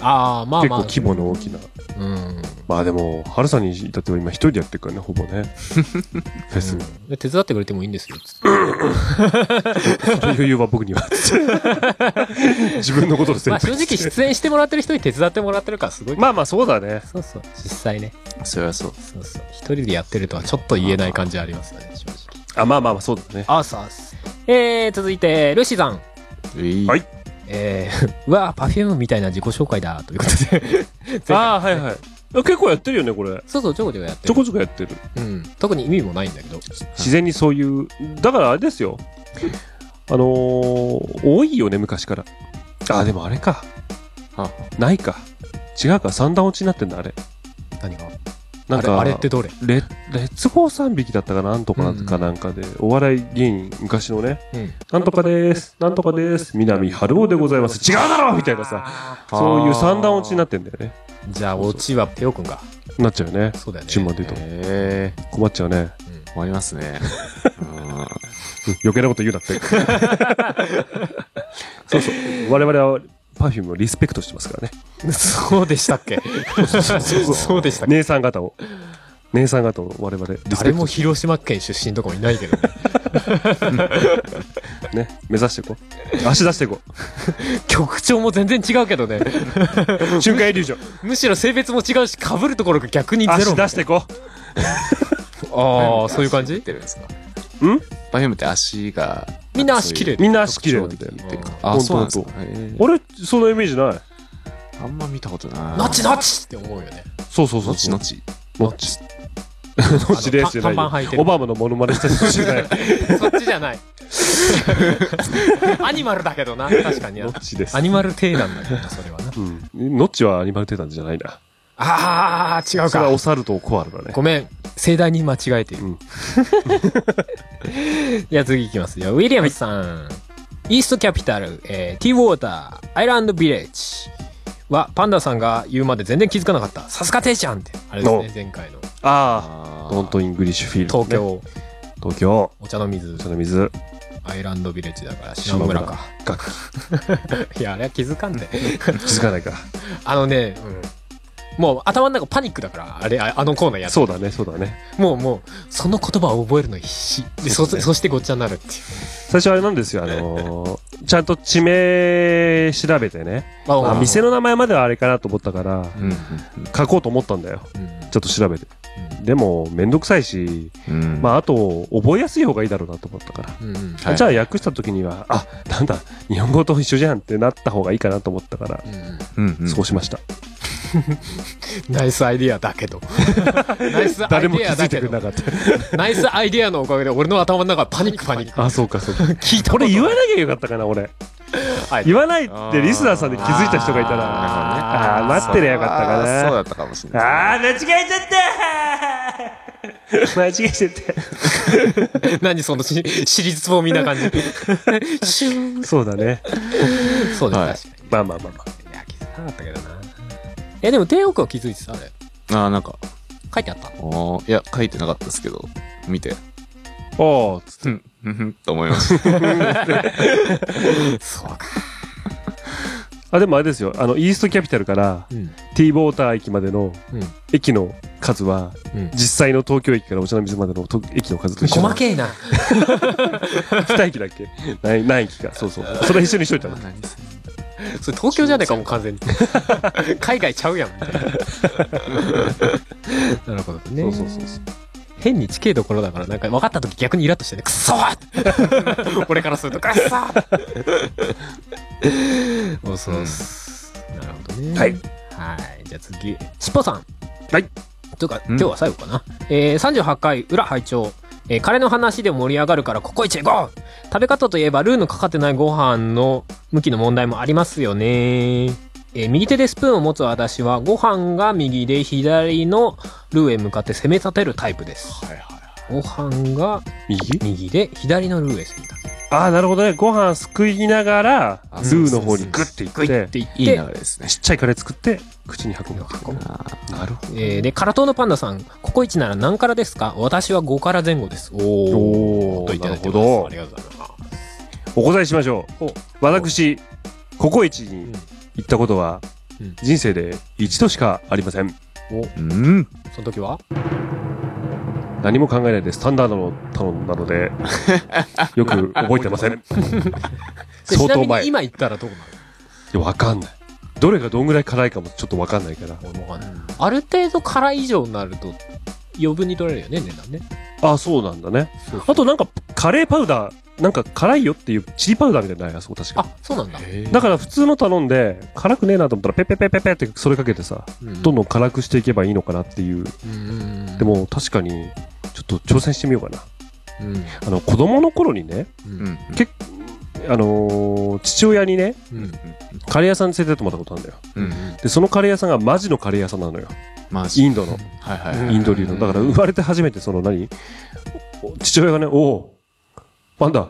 [SPEAKER 1] ああ、まあ
[SPEAKER 2] 結
[SPEAKER 1] まあ。
[SPEAKER 2] 構規模の大きな。
[SPEAKER 1] うん。
[SPEAKER 2] まあでも、春さんに至っては今一人でやってるからね、ほぼね。フェスも。
[SPEAKER 1] で手伝ってくれてもいいんですよ。つって
[SPEAKER 2] その余裕は僕
[SPEAKER 1] [laughs]
[SPEAKER 2] には。自分のことで精
[SPEAKER 1] ま
[SPEAKER 2] [laughs]
[SPEAKER 1] あ
[SPEAKER 2] 一
[SPEAKER 1] 正
[SPEAKER 2] 杯
[SPEAKER 1] 直出演してもらってる人に手伝ってもらってるからすごい。
[SPEAKER 2] まあまあそうだね。
[SPEAKER 1] そうそう。実際ね。
[SPEAKER 3] そりゃそう
[SPEAKER 1] そうそう。一人でやってるとはちょっと言えない感じありますよね、正直。
[SPEAKER 2] あ、まあまあまあそうだね。
[SPEAKER 1] あすあす。えー、続いて、ルシさん。
[SPEAKER 2] はい
[SPEAKER 1] えー、 [laughs] うわ、パフュームみたいな自己紹介だ、ということで。
[SPEAKER 2] ああ、はいはい。結構やってるよね、これ。
[SPEAKER 1] [laughs] そうそう、ちょこちょこやって
[SPEAKER 2] ち
[SPEAKER 1] る。
[SPEAKER 2] ょこちょこやってる。
[SPEAKER 1] うん。特に意味もないんだけど。
[SPEAKER 2] 自然にそういう、だからあれですよ。あのー、多いよね、昔から。あー、でもあれか。
[SPEAKER 3] はあ
[SPEAKER 2] ないか。違うか、三段落ちになってんだ、あれ。
[SPEAKER 1] 何が
[SPEAKER 2] なんか、
[SPEAKER 1] あれあれってどれ
[SPEAKER 2] レレッツゴー3匹だったかななんとかかなんかで、お笑い芸人、昔のね、
[SPEAKER 1] うん。
[SPEAKER 2] なんとかです、なんとかです、南春夫でございます。違うだろみたいなさ、
[SPEAKER 1] さ。
[SPEAKER 2] そういう三段落ちになってんだよね。
[SPEAKER 1] じゃあ、オチはペオくんが。
[SPEAKER 2] なっちゃうよね。
[SPEAKER 1] そうだよね。
[SPEAKER 2] 順番で言うと。
[SPEAKER 3] ええ
[SPEAKER 2] 困っちゃうね。
[SPEAKER 3] 困りますねうん
[SPEAKER 2] うん余計なこと言うな
[SPEAKER 1] [laughs]
[SPEAKER 2] って。そうそう。我々は、パフュームをリスペクトしてますからね。
[SPEAKER 1] そうでしたっけそうでしたっけ
[SPEAKER 2] 姉さん方を。姉さん方を我々、リスペクト
[SPEAKER 1] 誰も広島県出身とかもいないけどね。
[SPEAKER 2] ね、目指していこう。足出していこ
[SPEAKER 1] 曲調も全然違うけどね。 [laughs]
[SPEAKER 2] う。瞬間イリュージョン。
[SPEAKER 1] むしろ性別も違うし、被るところが逆にゼロ
[SPEAKER 2] 足。出していこ
[SPEAKER 1] ああ、そういう感
[SPEAKER 3] 足っ
[SPEAKER 1] じ
[SPEAKER 3] てるんですか
[SPEAKER 2] う。ん
[SPEAKER 3] バイオムって足が
[SPEAKER 1] みんな足綺麗
[SPEAKER 2] みんな足綺麗なんだよ。
[SPEAKER 3] っていうか
[SPEAKER 2] あ
[SPEAKER 3] あそうなんです
[SPEAKER 2] 本
[SPEAKER 3] かええ
[SPEAKER 2] 俺、そのイメージない。
[SPEAKER 3] あんま見たことない
[SPEAKER 1] ナチナチって思うよね。
[SPEAKER 2] そうそうそ
[SPEAKER 3] の
[SPEAKER 2] う
[SPEAKER 3] ち
[SPEAKER 2] そう。
[SPEAKER 3] のち
[SPEAKER 2] のっち。のっちレースじ
[SPEAKER 1] あのた
[SPEAKER 2] ゃない
[SPEAKER 1] 短パン履いて
[SPEAKER 2] よ。
[SPEAKER 1] る
[SPEAKER 2] オバマのモノマネした人じゃない。
[SPEAKER 1] そっちじゃ [laughs] ない。アニマルだけどな、確かに。
[SPEAKER 2] のっちです
[SPEAKER 1] ア。ニマル体なんだけどな、それはな。
[SPEAKER 2] うんのっちはアニマルテータンじゃないな。
[SPEAKER 1] あー、違う
[SPEAKER 2] それは
[SPEAKER 1] か
[SPEAKER 2] お。猿とコアルだね
[SPEAKER 1] ご。めん、盛大に間違え [laughs] ている。
[SPEAKER 2] う
[SPEAKER 1] じゃあ次いきますよ。ウィリアムズさん。イーストキャピタル、えー、ティーウォーター、アイランドビレッジは、パンダさんが言うまで全然気づかなかった。さすがてーちゃんって。あれですね、前回の。
[SPEAKER 2] ああ。
[SPEAKER 3] あー
[SPEAKER 2] ドントイングリッシュフィールド。
[SPEAKER 1] 東。京、
[SPEAKER 2] 東京。
[SPEAKER 1] お茶の水
[SPEAKER 2] そ、の水。
[SPEAKER 1] アイランドビレッジだから、島村か。 [laughs] いや、あれは気づかんで、
[SPEAKER 2] 気づかないか。
[SPEAKER 1] あのね、うんもう頭の中パニックだから、あれ、ああのコーナーやっ
[SPEAKER 2] そうだね、そうだね。
[SPEAKER 1] もうもう、その言葉を覚えるの必死。で、そ、そしてごっちゃになるっていう。
[SPEAKER 2] 最初あれなんですよ、あのー、ちゃんと地名調べてね。
[SPEAKER 1] ま
[SPEAKER 2] あ、店の名前まではあれかなと思ったから、
[SPEAKER 3] うん
[SPEAKER 2] 書こうと思ったんだよ。ちょっと調べて。でも、めんどくさいし、
[SPEAKER 3] うんうん
[SPEAKER 2] まあ、あと、覚えやすい方がいいだろうなと思ったから。
[SPEAKER 1] うんうん。
[SPEAKER 3] はい
[SPEAKER 2] じゃあ訳した時には、あ、なんだ、日本語と一緒じゃんってなった方がいいかなと思ったから、
[SPEAKER 1] うんうん
[SPEAKER 3] うんうん
[SPEAKER 2] そうしました。
[SPEAKER 1] ナイスアイディアだけ [laughs] ど。ナイスアイデ
[SPEAKER 2] 誰も気
[SPEAKER 1] ィア
[SPEAKER 2] づ
[SPEAKER 1] だ
[SPEAKER 2] いて
[SPEAKER 1] け
[SPEAKER 2] くれな
[SPEAKER 1] ど。
[SPEAKER 2] かった。
[SPEAKER 1] ナイスアイディアのおかげで俺の頭の中パニックパニック。
[SPEAKER 2] あ、そうか、そうか。
[SPEAKER 1] [laughs] 聞いた
[SPEAKER 2] こ
[SPEAKER 1] こと
[SPEAKER 2] れ
[SPEAKER 1] ない
[SPEAKER 2] 言わなきゃよかったかな、俺。
[SPEAKER 1] はい
[SPEAKER 2] 言わないってリスナーさんで気づいた人がいたら、あ
[SPEAKER 1] あ
[SPEAKER 2] あ
[SPEAKER 1] ー
[SPEAKER 2] ー、待ってりゃよかった
[SPEAKER 3] あーそうだ
[SPEAKER 2] か
[SPEAKER 3] ったかもしれない
[SPEAKER 2] な。ああー、間違えちゃった間違えちゃった。
[SPEAKER 1] 何そのしシリーズフォーみんな感じ。シューン。
[SPEAKER 2] そうだね。
[SPEAKER 1] [laughs] そう
[SPEAKER 3] はい
[SPEAKER 1] です、確か
[SPEAKER 2] まあまあまあまあ。
[SPEAKER 1] に。いや、気づかなかったけどな。え、でも、テオ君は気づいてたあれ。
[SPEAKER 3] あーなんか
[SPEAKER 1] 書いてあった。
[SPEAKER 3] おーいや、書いてなかったですけど、見て、
[SPEAKER 2] おー、つって。
[SPEAKER 3] うん、うんふん、と思い
[SPEAKER 2] [laughs]
[SPEAKER 3] ました。
[SPEAKER 1] そうか。
[SPEAKER 2] あ、でもあれですよ。あの、イーストキャピタルから
[SPEAKER 1] うん。
[SPEAKER 2] T ボーター駅までの
[SPEAKER 1] うん
[SPEAKER 2] 駅の数は、
[SPEAKER 1] うん。
[SPEAKER 2] 実際の東京駅からお茶の水までのと駅の数と一緒
[SPEAKER 1] 細けえな。
[SPEAKER 2] 二駅だっけ何何駅か。そうそう。それ一緒にしといたの。
[SPEAKER 3] 何せ
[SPEAKER 1] [laughs] それ東京じゃねえかもう完全 [laughs] に。海外ちゃうやん。みたい [laughs] ななるほどね。
[SPEAKER 2] そうそうそうそう。
[SPEAKER 1] 変に近いところだから、なんか分かった時逆にイラッとしてね、くっそ [laughs] ー俺からすると、くっそー [laughs] そうそうっす。なるほどね。
[SPEAKER 2] は
[SPEAKER 1] は
[SPEAKER 2] い。
[SPEAKER 1] い。じゃあ次、しっぽさん。
[SPEAKER 2] はい。
[SPEAKER 1] というか、
[SPEAKER 3] うん
[SPEAKER 1] 今日は最後かな。えー、38回裏拝聴えー、カレーの話で盛り上がるから、ココイチへゴー食べ方といえば、ルーのかかってないご飯の向きの問題もありますよね。えー右手でスプーンを持つ私は、ご飯が右で左のルーへ向かって攻め立てるタイプです。
[SPEAKER 3] はいはい
[SPEAKER 1] ご飯が
[SPEAKER 2] 右
[SPEAKER 1] 右で左のルーへ過ぎた
[SPEAKER 2] ああ、なるほどね。ご飯すくいながら、
[SPEAKER 3] あ
[SPEAKER 2] ルーの方にグッてい
[SPEAKER 1] グイ
[SPEAKER 2] っ、
[SPEAKER 1] ってていって
[SPEAKER 3] いい流れですね。
[SPEAKER 2] ちっちゃいカレー作って、口に運ぶ。
[SPEAKER 3] あ
[SPEAKER 2] なるほど。
[SPEAKER 1] えーで、カラトーのパンダさん、ココイチなら何からですか私は5から前後です。お
[SPEAKER 2] おー
[SPEAKER 1] といただいてます
[SPEAKER 2] なるほど
[SPEAKER 1] ありがとうございます。
[SPEAKER 2] お答えしましょう
[SPEAKER 1] お。
[SPEAKER 2] 私、ココイチ
[SPEAKER 1] う
[SPEAKER 2] に
[SPEAKER 1] ん
[SPEAKER 2] 行ったことは
[SPEAKER 1] うん、
[SPEAKER 2] 人生で一度しかありません。
[SPEAKER 3] ーうん。
[SPEAKER 1] その時は
[SPEAKER 2] 何も考えないでスタンダードの頼んだ
[SPEAKER 1] [laughs]
[SPEAKER 2] ので、よく覚えてません。 [laughs]
[SPEAKER 1] でち
[SPEAKER 2] 相当
[SPEAKER 1] なみ
[SPEAKER 2] 前。
[SPEAKER 1] に
[SPEAKER 2] い
[SPEAKER 1] 今言ったらどうなる
[SPEAKER 2] やわかんない。どれがどんぐらい辛いかもちょっとわかんないから。
[SPEAKER 1] 俺もわかんないある程度辛い以上になると、余分に取れるよね、値段ね。
[SPEAKER 2] あ、そうなんだね
[SPEAKER 1] そう。
[SPEAKER 2] あとなんか、カレーパウダー、なんか辛いよっていうチリパウダーみたいなのないあそこ確か。
[SPEAKER 1] あ、そうなんだ。
[SPEAKER 2] だから普通の頼んで、辛くねえなと思ったら、ペッペッペッペッペッってそれかけてさ、どんどん辛くしていけばいいのかなっていう。
[SPEAKER 1] うん。
[SPEAKER 2] でも確かに、ちょっと挑戦してみようかな。
[SPEAKER 1] うん、うん。
[SPEAKER 2] あの、子供の頃にね、
[SPEAKER 1] うん。
[SPEAKER 3] うん。
[SPEAKER 2] 結あのー父親にね、
[SPEAKER 1] うん。うん。
[SPEAKER 2] カレー屋さんに連れてってもらったことあるんだよ。
[SPEAKER 3] うんうん。
[SPEAKER 2] で、そのカレー屋さんがマジのカレー屋さんなのよ。
[SPEAKER 3] まあ、
[SPEAKER 2] インドの、
[SPEAKER 3] はいはいはい。
[SPEAKER 2] インド流の。だから生まれて初めてその何お父親がね、おおう、パンダ、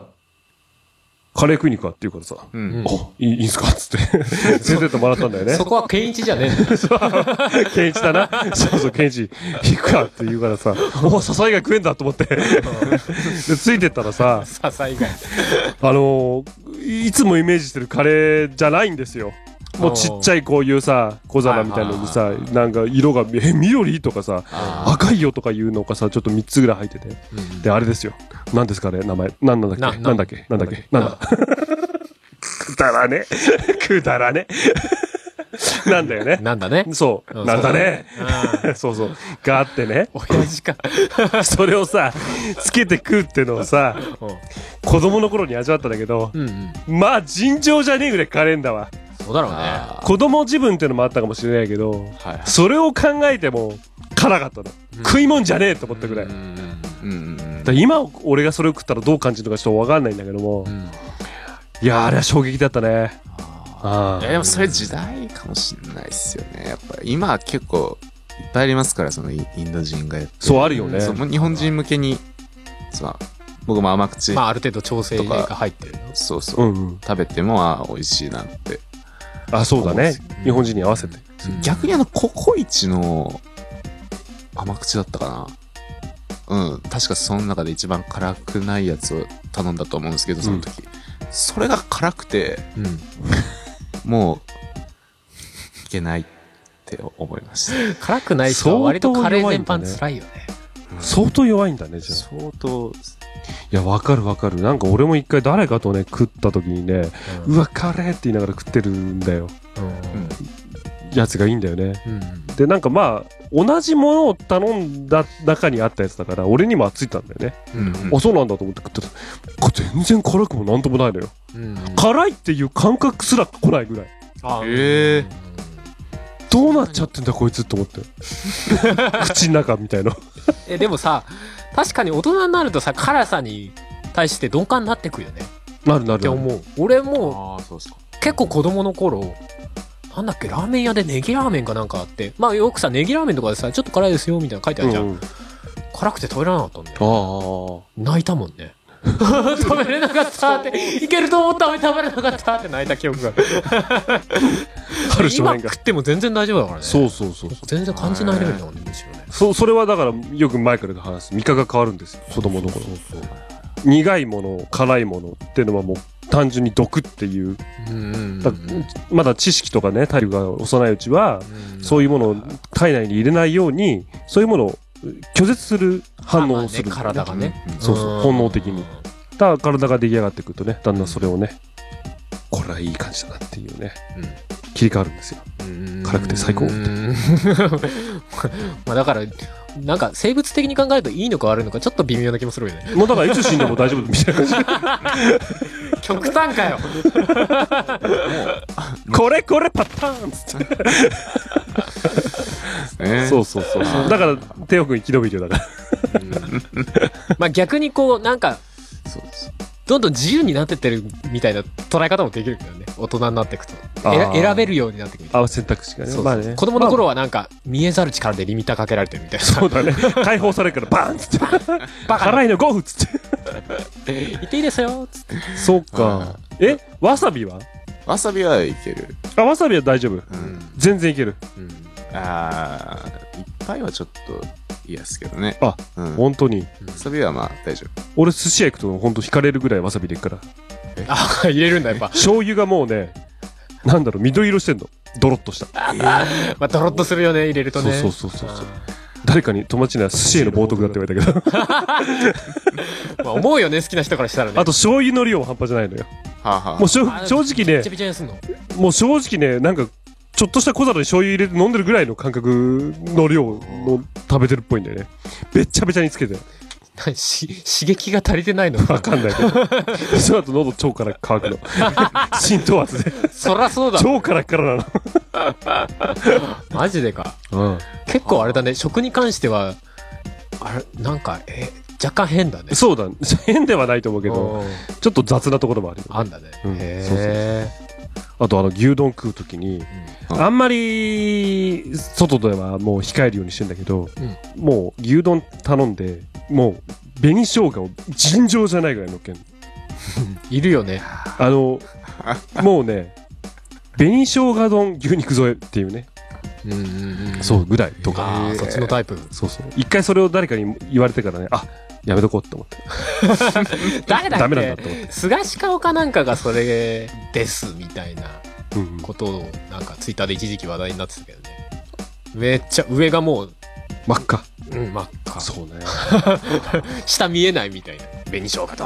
[SPEAKER 2] カレー食いに行くかって言うからさ、
[SPEAKER 3] う
[SPEAKER 1] うん
[SPEAKER 3] ん。
[SPEAKER 2] おいいいんすかっつって [laughs] 連れてってもらったんだよね。
[SPEAKER 1] そこは健一じゃねえんだよ。
[SPEAKER 2] ケンイチだな。そうそう、ケンイチ、行くかって言うからさ、おお、笹以外食えんだと思って。で、ついてったらさ、
[SPEAKER 1] 笹以外。
[SPEAKER 2] あのーいつもイメージしてるカレーじゃないんですよ。もうちっちゃいこういうさ、小皿みたいなのにさ、なんか色が、え、緑とかさ、
[SPEAKER 3] あ
[SPEAKER 2] 赤いよとかいうのがさ、ちょっと3つぐらい入ってて。で、あれですよ。何ですかね名前。なんなんだっ
[SPEAKER 1] な
[SPEAKER 2] けなんだっけなんだっけ [laughs] なんだくだらね。 [laughs] くだらね。なんだよね。
[SPEAKER 1] なんだね。
[SPEAKER 2] そう。なんだね。
[SPEAKER 1] あ
[SPEAKER 2] [laughs] そうそう。があってね。
[SPEAKER 1] ー。親父か。
[SPEAKER 2] それをさ、つけて食うってのをさ、子供の頃に味わったんだけど、
[SPEAKER 1] うんうん。
[SPEAKER 2] まあ尋常じゃねえぐらいカレーんだわ。
[SPEAKER 1] そうだろうね。
[SPEAKER 3] あ
[SPEAKER 2] 子供自分ってのもあったかもしれないけど、
[SPEAKER 3] ー。はいはい。
[SPEAKER 2] それを考えても辛かったの。食いもんじゃねえと思ったぐらい。
[SPEAKER 1] う
[SPEAKER 2] だか
[SPEAKER 1] ん
[SPEAKER 3] うんうん
[SPEAKER 2] ら今俺がそれを食ったらどう感じるのかちょっとわかんないんだけども
[SPEAKER 1] う、ん。
[SPEAKER 2] いやーあれは衝撃だったね。あ
[SPEAKER 3] いやでもそれ時代かもしれないっすよね。やっぱり今は結構いっぱいありますから、そのイインド人がやって。
[SPEAKER 2] そうあるよね。
[SPEAKER 3] そうもう日本人向けに、そう僕も甘口、
[SPEAKER 1] まあ、ある程度調整が入ってるよ。
[SPEAKER 3] そうそう
[SPEAKER 2] ん
[SPEAKER 3] う、
[SPEAKER 2] うん。
[SPEAKER 3] 食べても、あー美味しいなって。
[SPEAKER 2] あ、そうだね。日本人に合わせて。
[SPEAKER 1] うん
[SPEAKER 3] 逆にあの、ココイチの甘口だったかな。うん、確かその中で一番辛くないやつを頼んだと思うんですけど、その時。それが辛くて、
[SPEAKER 1] うん。
[SPEAKER 3] もう、いけないって思いました。
[SPEAKER 1] 辛くない人は割とカレー全般辛いよね。
[SPEAKER 2] 相当弱いんだね、じゃあ。
[SPEAKER 3] 相当、
[SPEAKER 2] いや、わかるわかる。なんか俺も一回誰かとね、食った時にね、うわ、カレーって言いながら食ってるんだよ。
[SPEAKER 1] うん
[SPEAKER 2] やつがいいんだよね。
[SPEAKER 1] うん。
[SPEAKER 2] で、なんかまあ、同じものを頼んだ中にあったやつだから、俺にもついたんだよね。
[SPEAKER 3] うん
[SPEAKER 2] あ、そうなんだと思って食ってた。こ全然辛くもなんともないのよ。
[SPEAKER 1] うん。
[SPEAKER 2] 辛いっていう感覚すら来ないぐらい。
[SPEAKER 1] あ
[SPEAKER 3] へー
[SPEAKER 2] どうなっちゃってんだこいつと思って。 [laughs] 口の中みたいな。
[SPEAKER 1] え、でもさ、確かに大人になるとさ、辛さに対して鈍感になってくよね。
[SPEAKER 2] なるな
[SPEAKER 1] って
[SPEAKER 2] るなる。
[SPEAKER 1] 思う。俺も
[SPEAKER 3] ああ、そうですか。
[SPEAKER 1] 結構子供の頃、なんだっけ、ラーメン屋でネギラーメンかなんかあって、まあよくさ、ネギラーメンとかでさ、ちょっと辛いですよ、みたいなの書いてあるじゃん。
[SPEAKER 2] うん
[SPEAKER 1] 辛くて食べられなかったんだよ。
[SPEAKER 2] あ
[SPEAKER 1] 泣いたもんね。食べれなかったって、いけると思ったのに食べれなかったって泣いた記 [laughs] 憶が。
[SPEAKER 2] あ。ある少
[SPEAKER 1] 今
[SPEAKER 2] 年が
[SPEAKER 1] 食。っても全然大丈夫だからね。
[SPEAKER 2] そうそうそうそう。
[SPEAKER 1] 全然感じないレベルだもんね、むしろね。
[SPEAKER 2] そそれはだからよく前から話す味覚が変わるんですよ子供の頃苦いもの辛いものっていうのはもう単純に毒っていう
[SPEAKER 3] うんうん
[SPEAKER 2] だまだ知識とかね体力が幼いうちはそういうものを体内に入れないようにそういうものを拒絶する反応をするんだよ、
[SPEAKER 1] まあまあね体がね
[SPEAKER 3] うん
[SPEAKER 2] そうそう本能的にだから体が出来上がってくるとねだんだんそれをねこれはいい感じだなっていうね切り替わるんですよ辛くて
[SPEAKER 1] [laughs]
[SPEAKER 2] 最
[SPEAKER 1] う
[SPEAKER 2] 高
[SPEAKER 1] んまあだからなんか生物的に考えるといいのか悪いのかちょっと微妙な気もするよね
[SPEAKER 2] もうだからいつ死んでも大丈夫みたいな感じ
[SPEAKER 1] 極端かよ
[SPEAKER 2] これこれパターンっつって
[SPEAKER 3] ね
[SPEAKER 2] そうそうそうそうだからテオ君生き延びるよだから
[SPEAKER 1] [laughs] まあ逆にこうなんか
[SPEAKER 3] そうそう
[SPEAKER 1] どんどん自由になってってるみたいな捉え方もできるけどね大人になっていくとえら
[SPEAKER 2] あー
[SPEAKER 1] 選べるようになってくる
[SPEAKER 2] あ選択肢がね
[SPEAKER 1] そう
[SPEAKER 2] まあね
[SPEAKER 1] 子供の頃はなんか見えざる力でリミッターかけられてるみたいな
[SPEAKER 2] そうだね [laughs] 解放されるからバーンっつって
[SPEAKER 1] バカ
[SPEAKER 2] 辛いの5分っつって
[SPEAKER 1] 言っていいですよつって
[SPEAKER 2] そう
[SPEAKER 3] か
[SPEAKER 2] えわさびは
[SPEAKER 3] わさびはいける
[SPEAKER 2] あわさびは大丈夫
[SPEAKER 3] うん
[SPEAKER 2] 全然いける
[SPEAKER 3] ああいっぱいはちょっと嫌ですけどね
[SPEAKER 2] あ
[SPEAKER 3] うんわ
[SPEAKER 2] 本当に
[SPEAKER 3] さびはまあ大丈
[SPEAKER 2] 俺寿司屋行くと本当惹かれるぐらいわさびでいくから
[SPEAKER 1] あ入れるんだやっぱ、
[SPEAKER 2] 醤油がもうねなんだろう緑色してんのドロッとした
[SPEAKER 1] まあ、ドロッとするよね入れるとね
[SPEAKER 2] そうそうそうそうそう
[SPEAKER 1] あ
[SPEAKER 2] 誰かに友達には寿司への冒涜だって言われたけど
[SPEAKER 1] ーまあ思うよね好きな人からしたらね
[SPEAKER 2] あと醤油の量も半端じゃないのよ
[SPEAKER 3] 夫はあはあ
[SPEAKER 2] もうしょ
[SPEAKER 1] あ
[SPEAKER 2] 正直
[SPEAKER 1] び
[SPEAKER 2] ね
[SPEAKER 1] ちゃびちゃにすんの
[SPEAKER 2] もう正直ねなんかちょっとした小皿に醤油入れて飲んでるぐらいの感覚の量の食べてるっぽいんだよねべっちゃべちゃにつけて
[SPEAKER 1] 何し刺激が足りてないの
[SPEAKER 2] わかんないけどその後喉超から乾くの浸透圧で
[SPEAKER 1] そらそうだ
[SPEAKER 2] 超からからな
[SPEAKER 1] マジでか
[SPEAKER 2] の、
[SPEAKER 1] 結構あれだね食に関してはあれなんかえ若干変だね
[SPEAKER 2] そうだ [laughs] 変ではないと思うけど
[SPEAKER 1] うん
[SPEAKER 2] ちょっと雑なところもあるよ
[SPEAKER 1] あんだね、
[SPEAKER 2] うん
[SPEAKER 1] へ
[SPEAKER 2] そうそう
[SPEAKER 1] え
[SPEAKER 2] あとあの牛丼食うときに、
[SPEAKER 3] うん
[SPEAKER 2] あんまり外ではもう控えるようにしてんだけど、もう牛丼頼んでもう紅生姜を尋常じゃないぐらいのっけんの
[SPEAKER 1] いるよね
[SPEAKER 2] あのもうね紅生姜丼牛肉添えっていうね
[SPEAKER 1] うんうんうん
[SPEAKER 2] そうぐらいとか
[SPEAKER 1] ああそっちのタイプ
[SPEAKER 2] そうそう一回それを誰かに言われてからねあやめとこうって思って
[SPEAKER 1] 誰だっけ
[SPEAKER 2] ダメなんだと思っ
[SPEAKER 1] 菅氏顔かなんかがそれですみたいな
[SPEAKER 2] て、うんうん
[SPEAKER 1] ことをなんかツイッターで一時期話題になってたけどねめっちゃ上がもう、
[SPEAKER 2] 真っ赤
[SPEAKER 1] うん、真っ赤
[SPEAKER 2] そうね
[SPEAKER 1] 下見えないみたいな紅生姜と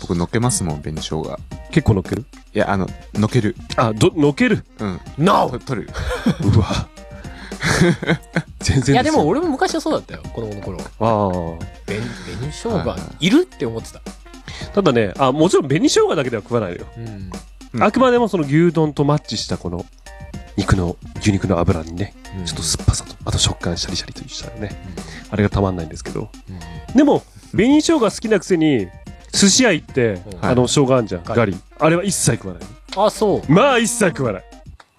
[SPEAKER 3] 僕のっけますもん紅生姜
[SPEAKER 2] 結構のっける
[SPEAKER 3] いやあののける
[SPEAKER 2] あどのっける
[SPEAKER 3] うん
[SPEAKER 1] NO!
[SPEAKER 3] と取る
[SPEAKER 2] うわ全然す
[SPEAKER 1] い
[SPEAKER 2] よ
[SPEAKER 1] やでも俺も昔はそうだったよ子供の頃
[SPEAKER 2] ああ
[SPEAKER 1] 紅紅生
[SPEAKER 3] はい
[SPEAKER 1] 姜
[SPEAKER 3] はい
[SPEAKER 1] いるって思ってた、
[SPEAKER 2] ただねあもちろん紅生姜だけでは食わないのよ、
[SPEAKER 1] うん、
[SPEAKER 3] うん
[SPEAKER 2] あくまでもその牛丼とマッチしたこの肉の牛肉の脂にねちょっと酸っぱさとあと食感シャリシャリとしたらね、あれがたまんないんですけど
[SPEAKER 1] うん
[SPEAKER 2] でも紅生姜好きなくせに寿司屋行って、
[SPEAKER 1] うん
[SPEAKER 2] あの生姜あんじゃん、
[SPEAKER 1] はい
[SPEAKER 2] ガリあれは一切食わない
[SPEAKER 1] あそう
[SPEAKER 2] まあ一切食わない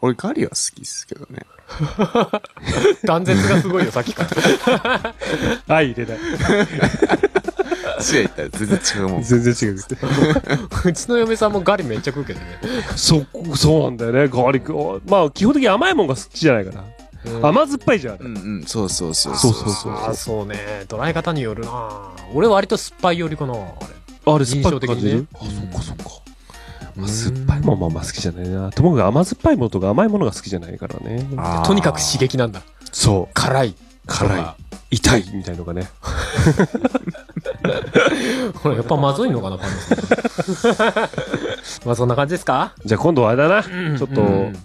[SPEAKER 3] 俺ガリは好きっすけどね
[SPEAKER 1] 断絶がすごいよさっきから
[SPEAKER 2] あ入れない
[SPEAKER 3] 試合行ったら全然違
[SPEAKER 2] [laughs]
[SPEAKER 3] うも
[SPEAKER 2] [laughs]
[SPEAKER 3] ん
[SPEAKER 2] 全然違う
[SPEAKER 1] [laughs] うちの嫁さんもガリめっちゃ食うけどね、
[SPEAKER 2] そそうなんだよねガリクまあ基本的に甘いもんが好きじゃないかな、甘酸っぱいじゃんあれ
[SPEAKER 3] うんうんそうそうそう
[SPEAKER 2] そうそうそう
[SPEAKER 1] あそうね捉え方によるな俺割と酸っぱいよりかなあ
[SPEAKER 2] あれ酸っぱ
[SPEAKER 1] 印象
[SPEAKER 2] い感じる、
[SPEAKER 1] 的
[SPEAKER 2] あ
[SPEAKER 1] にねうん
[SPEAKER 2] そっかそっか
[SPEAKER 1] う
[SPEAKER 2] ま
[SPEAKER 1] ん
[SPEAKER 2] あ酸っぱいもんもあんま好きじゃないなともかく甘酸っぱいものとか甘いものが好きじゃないからね
[SPEAKER 1] れとにかく刺激なんだ
[SPEAKER 2] そう
[SPEAKER 1] 辛い
[SPEAKER 2] 辛い痛いみたいのがね
[SPEAKER 1] これやっぱまずいのかなパン
[SPEAKER 2] [laughs]
[SPEAKER 1] ダさんまあそんな感じですか
[SPEAKER 2] じゃあ今度はあれだな、ちょっと、
[SPEAKER 1] うん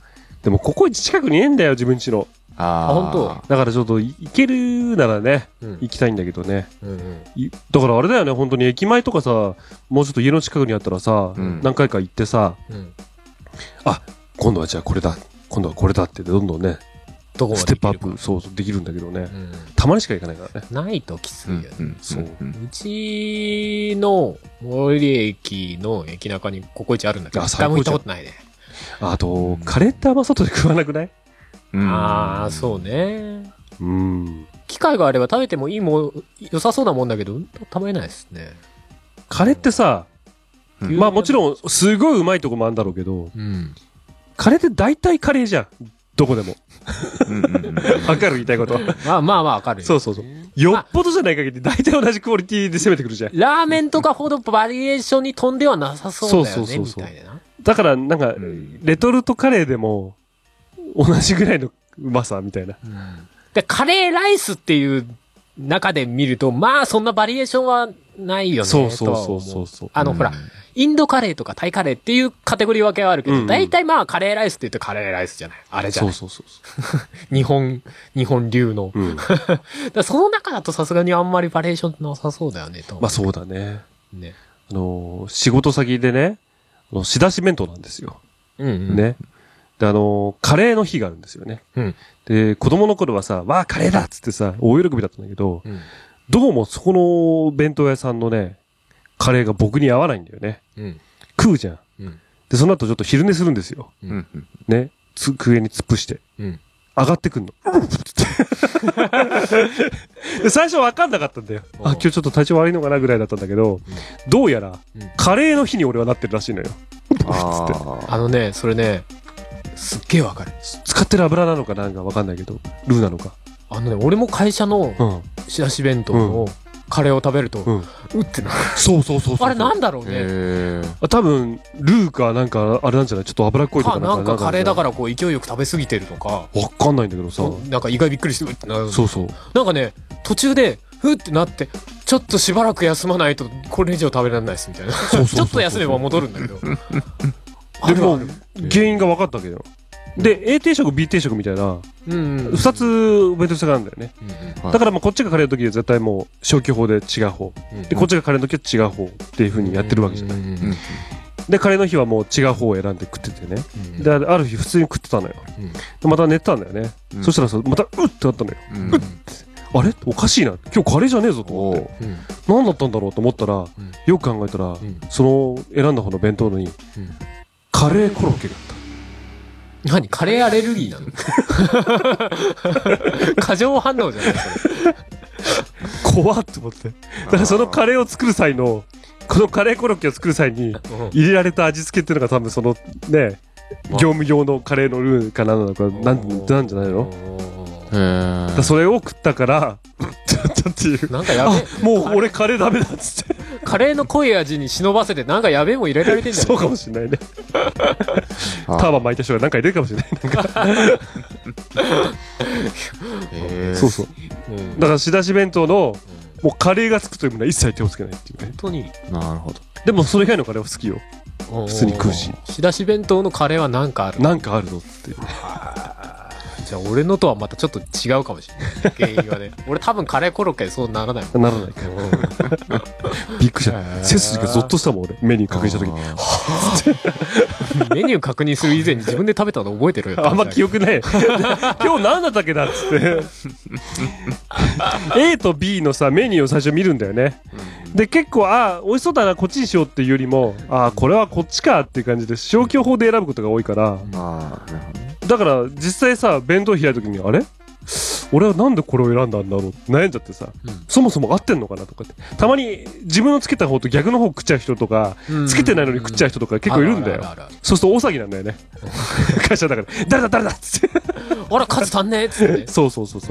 [SPEAKER 2] でもココイチ近くにねえんだよ自分ちの
[SPEAKER 3] あ
[SPEAKER 1] あ本
[SPEAKER 2] だからちょっとい行けるならね
[SPEAKER 1] うん
[SPEAKER 2] 行きたいんだけどね
[SPEAKER 1] うんうん
[SPEAKER 2] いだからあれだよね本当に駅前とかさもうちょっと家の近くにあったらさ、
[SPEAKER 3] うん
[SPEAKER 2] 何回か行ってさ
[SPEAKER 1] うん
[SPEAKER 2] 今度はじゃあこれだ今度はこれだってどんどんね
[SPEAKER 1] どこまで
[SPEAKER 2] ステップア
[SPEAKER 1] いける
[SPEAKER 2] ップそうそうできるんだけどね、
[SPEAKER 1] うん
[SPEAKER 2] たまにしか行かないからね
[SPEAKER 1] ないときつい
[SPEAKER 3] うん
[SPEAKER 1] よね、
[SPEAKER 3] うん
[SPEAKER 2] そう
[SPEAKER 3] うん
[SPEAKER 1] うちの最寄り駅の駅中にココイチあるんだけど、
[SPEAKER 2] あ
[SPEAKER 1] 一回も行
[SPEAKER 2] 最高
[SPEAKER 1] った
[SPEAKER 2] じゃ
[SPEAKER 1] ことな
[SPEAKER 2] ん
[SPEAKER 1] いね。
[SPEAKER 2] あとカレーって甘さとで食わなくない
[SPEAKER 3] うん
[SPEAKER 1] ああ、そうね。
[SPEAKER 2] うん
[SPEAKER 1] 機会があれば食べてもいいもん、良さそうなもんだけど、うんと食べないですね。
[SPEAKER 2] カレーってさ、
[SPEAKER 3] うん
[SPEAKER 2] まあもちろんすごいうまいとこもあるんだろうけど
[SPEAKER 1] うん。
[SPEAKER 2] カレーって大体カレーじゃんどこでも。
[SPEAKER 3] うんうんうん。
[SPEAKER 2] わかる言いた
[SPEAKER 1] [laughs]
[SPEAKER 2] いこと。
[SPEAKER 1] まあまあまあわかるよ
[SPEAKER 2] そうそうそう。よっぽどじゃない限り、大体同じクオリティで攻めてくるじゃん。
[SPEAKER 1] ラーメンとかほどバリエーションに飛んではなさそうだよ
[SPEAKER 2] そ
[SPEAKER 1] ね、
[SPEAKER 2] うそう
[SPEAKER 1] み
[SPEAKER 2] そうそう
[SPEAKER 1] たいな。
[SPEAKER 2] だから、なんか
[SPEAKER 3] う、ん
[SPEAKER 2] レトルトカレーでも、同じぐらいのうまさみたいな。
[SPEAKER 1] で、カレーライスっていう中で見ると、まあそんなバリエーションはないよね。
[SPEAKER 2] そうそう
[SPEAKER 1] とは思
[SPEAKER 2] そうそうそう
[SPEAKER 1] あの、ほら、インドカレーとかタイカレーっていうカテゴリー分けはあるけ
[SPEAKER 2] うんう
[SPEAKER 1] ど、
[SPEAKER 2] ん
[SPEAKER 1] 大体まあカレーライスって言うとカレーライスじゃない。あれじゃ
[SPEAKER 2] そ
[SPEAKER 1] な
[SPEAKER 2] う
[SPEAKER 1] い。
[SPEAKER 2] そうそうそ
[SPEAKER 1] 日本、日本流の。
[SPEAKER 2] う。う
[SPEAKER 1] [laughs]
[SPEAKER 2] ん。ま
[SPEAKER 1] だからその中だとさすがにあんまりバリエーションなさそうだよね、と。
[SPEAKER 2] あそうだね。
[SPEAKER 1] う。ね。
[SPEAKER 2] あのー、仕事先でね、あの仕出し弁当なんですよ。
[SPEAKER 1] うんうん。。
[SPEAKER 2] ね。で、あのー、カレーの日があるんですよね。
[SPEAKER 1] うん。
[SPEAKER 2] で、子供の頃はさ、わあ、カレーだっつってさ、大喜びだったんだけど、
[SPEAKER 1] うん。
[SPEAKER 2] どうもそこの弁当屋さんのね、カレーが僕に合わないんだよね。
[SPEAKER 1] うん。
[SPEAKER 2] 食うじゃん。
[SPEAKER 1] うん。
[SPEAKER 2] で、その後ちょっと昼寝するんですよ。
[SPEAKER 3] うんうん。
[SPEAKER 2] ね。つ、机に突っ伏して。
[SPEAKER 1] うん。
[SPEAKER 2] 上がってくんの。 [laughs] で最初分かんなかったんだよ。
[SPEAKER 1] おう
[SPEAKER 2] あ、今日ちょっと体調悪いのかなぐらいだったんだけど、どうやら、カレーの日に俺はなってるらしいのよ。
[SPEAKER 3] あ
[SPEAKER 1] あ [laughs]
[SPEAKER 3] あ。
[SPEAKER 1] のね、それね、すっげえわかる。
[SPEAKER 2] 使ってる油なのかなんか分かんないけど、ルーなのか。
[SPEAKER 1] あのね、俺も会社の
[SPEAKER 2] うん。
[SPEAKER 1] 仕出し弁当のカレーを食べると、
[SPEAKER 2] うん。
[SPEAKER 1] うってな。
[SPEAKER 2] そうそうそうそ
[SPEAKER 1] あ
[SPEAKER 2] う。
[SPEAKER 1] れなんだろうね。
[SPEAKER 3] へえ。
[SPEAKER 2] あ多分、ルーかなんか、あれなんじゃないちょっと脂っこいと
[SPEAKER 1] か、
[SPEAKER 2] か
[SPEAKER 1] な
[SPEAKER 2] なん
[SPEAKER 1] ん
[SPEAKER 2] か。。
[SPEAKER 1] かカレーだかららこう勢いよく食べ過ぎてるとか、
[SPEAKER 2] 分かんないんだけどさ。
[SPEAKER 1] なんか意外びっくりして、うってなる。
[SPEAKER 2] そうそう。
[SPEAKER 1] なんかね、途中で、ふってなって、ちょっとしばらく休まないと、これ以上食べられないです、みたいな。
[SPEAKER 2] うそうそうそ
[SPEAKER 1] [laughs]
[SPEAKER 2] う
[SPEAKER 1] ちょっと休めば戻るんだけど。
[SPEAKER 2] でも
[SPEAKER 1] あるある、
[SPEAKER 2] 原因が分かったわけど。で、A 定食、B 定食みたいな、
[SPEAKER 1] うんうん。
[SPEAKER 2] 二つお弁当屋があるんだよね。
[SPEAKER 1] うんうん
[SPEAKER 3] はい
[SPEAKER 2] だからまあこっちがカレーの時は絶対もう消去法で違う方
[SPEAKER 1] うん
[SPEAKER 2] でこっちがカレーの時は違う方っていう風にやってるわけじゃない
[SPEAKER 1] うんうんうん
[SPEAKER 3] うん
[SPEAKER 2] でカレーの日はもう違う方を選んで食っててね
[SPEAKER 1] うん
[SPEAKER 2] である日普通に食ってたのよ
[SPEAKER 1] うん
[SPEAKER 2] でまた寝てたんだよね
[SPEAKER 3] うん
[SPEAKER 2] そしたらさまたうってなったのよ
[SPEAKER 3] うん。
[SPEAKER 2] あれおかしいな今日カレーじゃねえぞと
[SPEAKER 3] お
[SPEAKER 2] 思っ
[SPEAKER 3] う
[SPEAKER 2] て。
[SPEAKER 1] うん
[SPEAKER 2] 何だったんだろうと思ったらよく考えたら
[SPEAKER 1] ん
[SPEAKER 2] その選んだ方の弁当に
[SPEAKER 1] うん
[SPEAKER 2] カレーコロッケが
[SPEAKER 1] 何カレーアレルギー
[SPEAKER 2] [laughs]
[SPEAKER 1] なの過剰反応じゃないそれ
[SPEAKER 2] 怖っと思ってだからそのカレーを作る際のこのカレーコロッケを作る際に入れられた味付けっていうのが多分そのね
[SPEAKER 1] まあ
[SPEAKER 2] 業務用のカレーのルーかなんなのかなんなんじゃない
[SPEAKER 1] の
[SPEAKER 2] の
[SPEAKER 3] へえ
[SPEAKER 2] だから。それを食ったからちょっとっていう
[SPEAKER 1] なんかやべ
[SPEAKER 2] あ
[SPEAKER 1] え
[SPEAKER 2] もう俺カレーダメだっつって
[SPEAKER 1] カレーの濃い味に忍ばせてなんかやべえもん入れられてんじゃ
[SPEAKER 2] そ
[SPEAKER 1] な
[SPEAKER 2] う
[SPEAKER 1] い
[SPEAKER 2] かもしれないね
[SPEAKER 3] あ
[SPEAKER 2] ターバン巻いた人がなんか入れるかもしれない
[SPEAKER 3] へえ
[SPEAKER 2] そうそう
[SPEAKER 1] うん
[SPEAKER 2] だから仕出し弁当のもうカレーがつくというものは一切手をつけないっていうね
[SPEAKER 1] 本当に
[SPEAKER 3] なるほど。
[SPEAKER 2] でもそれ以外のカレーは好きよ
[SPEAKER 1] 普
[SPEAKER 2] 通に食うし
[SPEAKER 1] 仕出し弁当のカレーはなんかある
[SPEAKER 2] なんかあるぞっていう
[SPEAKER 1] じゃあ俺のとはまたちょっと違うかもしれない原因は
[SPEAKER 2] [laughs]
[SPEAKER 1] ね俺多分カレーコロッケそうならないもん
[SPEAKER 2] ならないから [laughs] びっくりした背筋がゾッとしたもん俺メニュー確認した時
[SPEAKER 3] あー
[SPEAKER 1] メニュー確認する以前に自分で食べたの覚えてる
[SPEAKER 2] あんま記憶 [laughs] ない。今日何だったっけだっつって。A と B のさ、メニューを最初見るんだよね。で、結構、ああ、美味しそうだな、こっちにしようっていうよりも、ああ、これはこっちかっていう感じで、消去法で選ぶことが多いから、
[SPEAKER 3] あー、なるほど。
[SPEAKER 2] だから実際さ、弁当開いた時に、あれ俺はなんでこれを選んだんだろうって悩んじゃってさ、
[SPEAKER 1] うん
[SPEAKER 2] そもそも合ってんのかなとかって。たまに自分のつけた方と逆の方食っちゃう人とか、
[SPEAKER 1] うん
[SPEAKER 2] つけてないのに食っちゃう人とか結構いるんだよ
[SPEAKER 1] あ。あるある
[SPEAKER 2] そうすると大騒ぎなんだよ
[SPEAKER 1] [laughs]
[SPEAKER 2] ね。会社だから、誰だ誰だっつって。
[SPEAKER 1] あるあら数足んねえっつって
[SPEAKER 2] そうそうそうそう。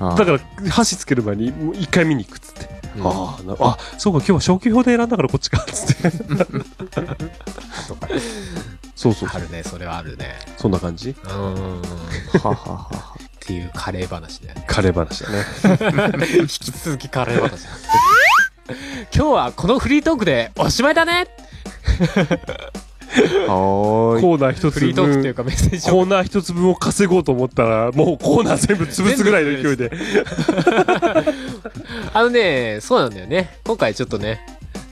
[SPEAKER 3] あー
[SPEAKER 2] だから箸つける前にもう一回見に行くっつって、
[SPEAKER 1] うん
[SPEAKER 2] ああなあそうか今日は消去表で選んだからこっちかっ
[SPEAKER 1] [laughs]
[SPEAKER 2] つってそうそう
[SPEAKER 1] あるね、それはあるね。
[SPEAKER 2] そんな感じ
[SPEAKER 1] うーん。っ
[SPEAKER 3] はははは。
[SPEAKER 1] ていうカレー話だよね。
[SPEAKER 2] カレー話だね
[SPEAKER 1] [laughs] 引き続きカレー話だ。今日はこのフリートークでおしまいだね
[SPEAKER 3] はーい。
[SPEAKER 2] コーナー一つ
[SPEAKER 1] フリートークという
[SPEAKER 2] 分
[SPEAKER 1] かメッセージを。
[SPEAKER 2] コーナー一つ分を稼ごうと思ったらもうコーナー全部潰すぐらいの勢いで
[SPEAKER 1] あのね、そうなんだよね。今回ちょっとね、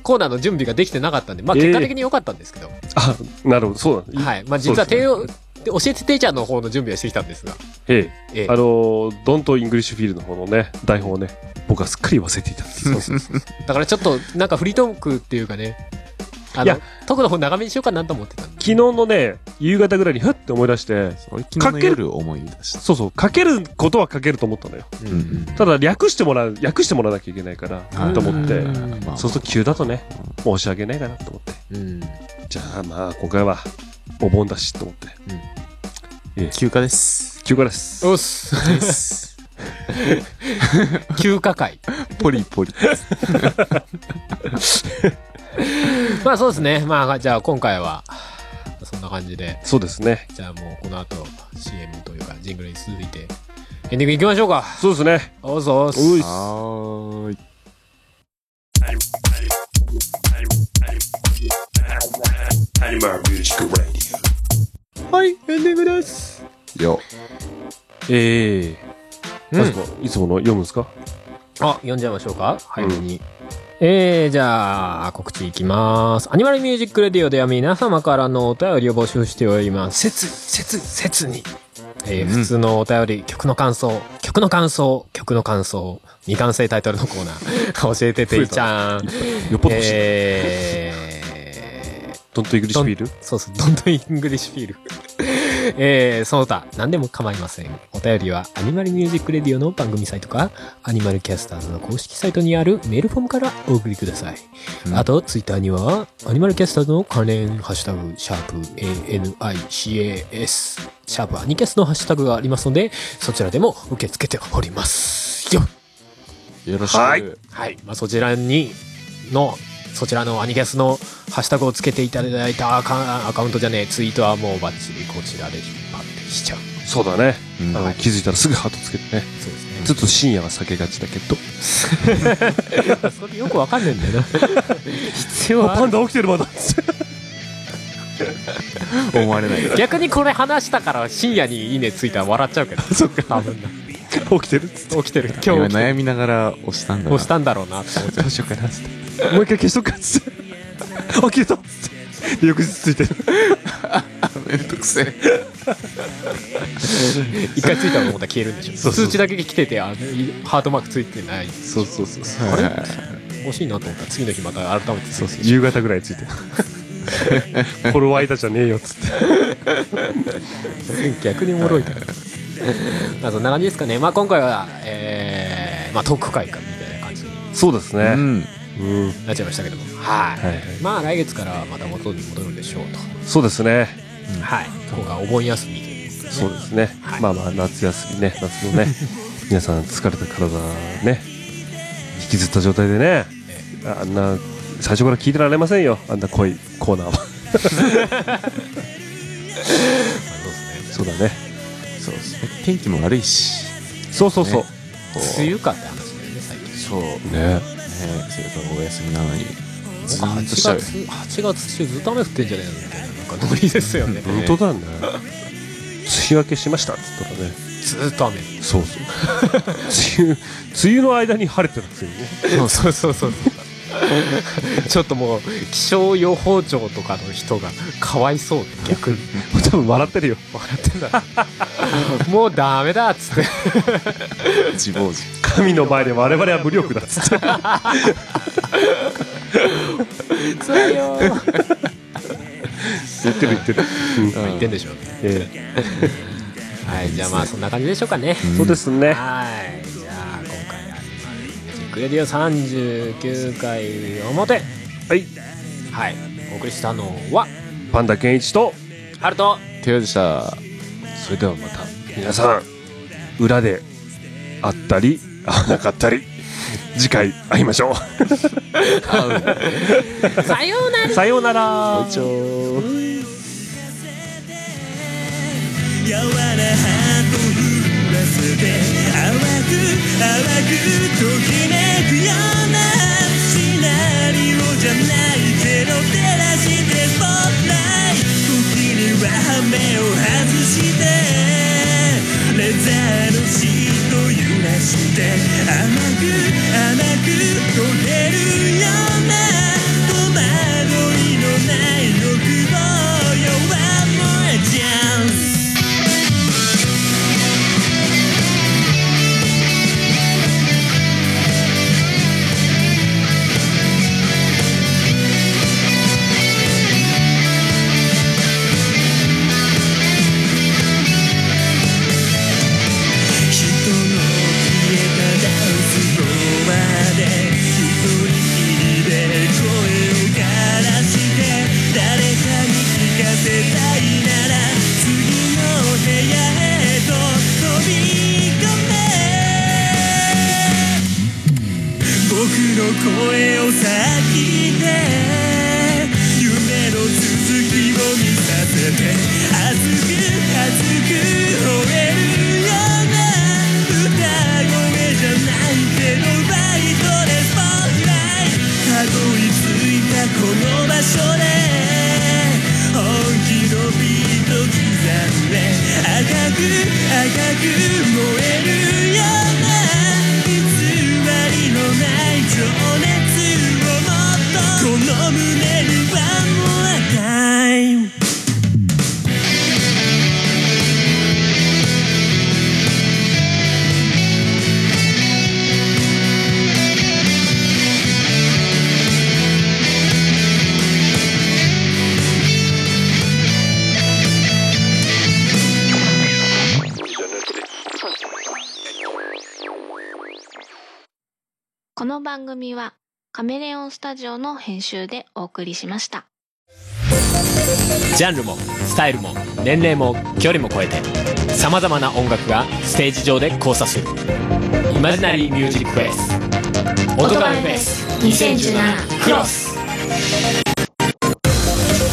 [SPEAKER 1] コーナーの準備ができてなかったんで、まあ結果的に良かったんですけど。
[SPEAKER 2] あなるほどそうなんだ
[SPEAKER 1] はい。まあ実は
[SPEAKER 2] そうで
[SPEAKER 1] 帝
[SPEAKER 2] すね
[SPEAKER 1] 王、で教えてテイちゃんの方の準備はしてきたんですが。
[SPEAKER 2] ええ
[SPEAKER 1] ええ
[SPEAKER 2] あのードントイングリッシュフィールドの方のね台本をね僕はすっかり忘れていたっ
[SPEAKER 1] [laughs]
[SPEAKER 2] ていう
[SPEAKER 1] だからちょっと、なんかフリートークっていうかね、あ
[SPEAKER 2] い
[SPEAKER 1] の
[SPEAKER 2] や、
[SPEAKER 1] 特の方長めにしようかなと思ってたんで。
[SPEAKER 2] 昨日のね夕方ぐらいにふって思い出して
[SPEAKER 3] 俺昨日の夜思い出した。
[SPEAKER 2] そうそう書けることは書けると思ったのよ
[SPEAKER 1] う
[SPEAKER 3] うんうん。
[SPEAKER 2] ただ略してもらう略してもらわなきゃいけないから、
[SPEAKER 3] はい
[SPEAKER 2] と思って
[SPEAKER 1] うん
[SPEAKER 3] まあ
[SPEAKER 2] そうすると急だとね申し訳ないかなと思って
[SPEAKER 1] うん。
[SPEAKER 2] じゃあまあ今回はお盆だしと思って、
[SPEAKER 1] うん
[SPEAKER 3] 休暇です。
[SPEAKER 2] 休暇です。
[SPEAKER 1] おっす。
[SPEAKER 3] です。
[SPEAKER 1] [laughs] 休暇会。
[SPEAKER 3] ポリポリ。
[SPEAKER 1] まあそうですね。まあじゃあ今回は、そんな感じで。
[SPEAKER 2] そうですね。
[SPEAKER 1] じゃあもうこの後 CM というかジングルに続いてエンディングいきましょうか。
[SPEAKER 2] そうですね。
[SPEAKER 1] おうぞおうぞ
[SPEAKER 2] おい
[SPEAKER 3] はーい。
[SPEAKER 2] はい、エンディングです。
[SPEAKER 3] よ。
[SPEAKER 2] ええ
[SPEAKER 1] うん
[SPEAKER 2] あそこいつもの読むんですか
[SPEAKER 1] あ、読んじゃいましょうか。早めに。えー、じゃあ、告知いきます。アニマルミュージックレディオでは皆様からのお便りを募集しております。切、切、切に。えー
[SPEAKER 3] うん
[SPEAKER 1] 普通のお便り、曲の感想、曲の感想、曲の感想、未完成タイトルのコーナー、教えてていちゃん。
[SPEAKER 2] よっぽど欲しい。
[SPEAKER 1] えー、
[SPEAKER 2] トントイグリッシュビール
[SPEAKER 1] そうそう、どんどんイングリッシュフィール。 [laughs] えー、その他、何でも構いません。お便りは、アニマルミュージックレディオの番組サイトか、アニマルキャスターズの公式サイトにあるメールフォームからお送りください。
[SPEAKER 3] うん
[SPEAKER 1] あと、ツイッターには、アニマルキャスターズの関連ハッシュタグ、シャープ ANICAS、シャープアニキャスのハッシュタグがありますので、そちらでも受け付けております。よっ
[SPEAKER 3] よろしく。
[SPEAKER 2] はい
[SPEAKER 1] はい、まあ、そちらにのそちらのアニキャスのハッシュタグをつけていただいたアカアカウントじゃねえツイートはもうバッチリこちらで引っ張ってしちゃう
[SPEAKER 2] そうだね。
[SPEAKER 3] うん
[SPEAKER 2] あの、気づいたらすぐハートつけてね。
[SPEAKER 1] そうですね
[SPEAKER 2] ちょっと深夜は避けがちだけど。
[SPEAKER 1] それよくわかんねえんだよな必要
[SPEAKER 2] パ
[SPEAKER 1] は
[SPEAKER 2] ンダ起きてるまだ。
[SPEAKER 3] 思われない。
[SPEAKER 1] [laughs] 逆にこれ話したから深夜に「いいね」ついたら笑っちゃうけど [laughs] そっか多分な
[SPEAKER 2] 起きてるっつっ
[SPEAKER 1] 起きてる
[SPEAKER 3] 今
[SPEAKER 1] 今日起きて
[SPEAKER 3] 悩みながら押したんだ
[SPEAKER 1] ど
[SPEAKER 3] な。
[SPEAKER 1] うしたんだろうなって思っちゃう
[SPEAKER 3] どうしようかなっつって。
[SPEAKER 2] て。もう一回消しとくかっつって。起きれたっつって。で翌日ついてる。
[SPEAKER 3] めんどくせえ。
[SPEAKER 1] 一回ついたらまた消えるんでしょ
[SPEAKER 2] そうそう
[SPEAKER 1] 通知だけ来ててあのハートマークついてない
[SPEAKER 3] そうそうそうそう。
[SPEAKER 1] あれ欲しいなと思ったら次の日また改めてそうそう
[SPEAKER 2] [laughs] 夕方ぐらいつ [laughs] いてる。フォロワーいたじゃねえよっつって。
[SPEAKER 1] [laughs] 逆におもろいから、まあそんな感じですかね、まあ、今回は、えーまあ、トーク会かみたいな感じに
[SPEAKER 2] そうです
[SPEAKER 3] う
[SPEAKER 2] ね。
[SPEAKER 3] ん。
[SPEAKER 2] うん。
[SPEAKER 1] なっちゃいましたけどもはい、
[SPEAKER 2] はいはい
[SPEAKER 1] まあ来月からはまた元に戻るんでしょうと、
[SPEAKER 2] そうですね。
[SPEAKER 1] はい今日がお盆休みということで
[SPEAKER 2] そうですね、
[SPEAKER 1] はい
[SPEAKER 2] まあまあ夏休みね夏の [laughs] ね皆さん疲れた体ね引きずった状態でねあんな最初から聞いてられませんよあんな濃いコーナーは [laughs]
[SPEAKER 1] まあそうですね
[SPEAKER 2] そうだね
[SPEAKER 3] そうですね。天気も悪いし。
[SPEAKER 2] そうそうそう、
[SPEAKER 3] こう
[SPEAKER 1] 梅雨かって話だよね最近
[SPEAKER 3] そう。ね
[SPEAKER 2] ね
[SPEAKER 3] それからお休みなのに。ず
[SPEAKER 1] なんか
[SPEAKER 3] ーっとしち
[SPEAKER 1] 8
[SPEAKER 3] ゃう。
[SPEAKER 1] 月8月中ずっと雨降ってんじゃねえのみたいななんかノリですよね
[SPEAKER 2] 本当だね梅雨明けしましたっつったらね
[SPEAKER 1] ずーっと雨
[SPEAKER 2] そうそう梅雨梅雨の間に晴れてるくせにね
[SPEAKER 1] そう [laughs] そうそうそうちょっともう気象予報庁とかの人がかわいそうで逆に
[SPEAKER 2] 多分笑ってるよ
[SPEAKER 1] 笑ってんだ [laughs] もうダメだっつって
[SPEAKER 3] 自暴自
[SPEAKER 2] 神の前で我々は無力だっつって
[SPEAKER 1] 辛いよ
[SPEAKER 2] 言ってる言ってる、うん
[SPEAKER 1] 言ってんでしょうね
[SPEAKER 2] え
[SPEAKER 1] はいじゃあまあそんな感じでしょうかね
[SPEAKER 2] えそうですね
[SPEAKER 1] はいじゃあ今回は「ジックレディオ39回表
[SPEAKER 2] はい」
[SPEAKER 1] はいお送りしたのは
[SPEAKER 2] パンダケンイチと
[SPEAKER 1] ハルト
[SPEAKER 3] 手をでした。
[SPEAKER 2] それではまた皆さん裏で会ったり会わなかったり次回会いましょ
[SPEAKER 1] さようなら
[SPEAKER 2] うさようなら
[SPEAKER 4] 柔らはと降らせて淡く淡くときめくようなシナリオじゃないけど照らしてスポットライト時には目を外してレザーのシート揺らして甘く甘く溶けるような戸惑いのない欲望よ One more chance 「にはもう time
[SPEAKER 5] この番組はカメレオンスタジオの編集でお送りしました。
[SPEAKER 1] ジャンルもスタイルも年齢も距離も超えてさまざまな音楽がステージ上で交差するイマジナリーミュージックフェスオトガメフェス2017クロス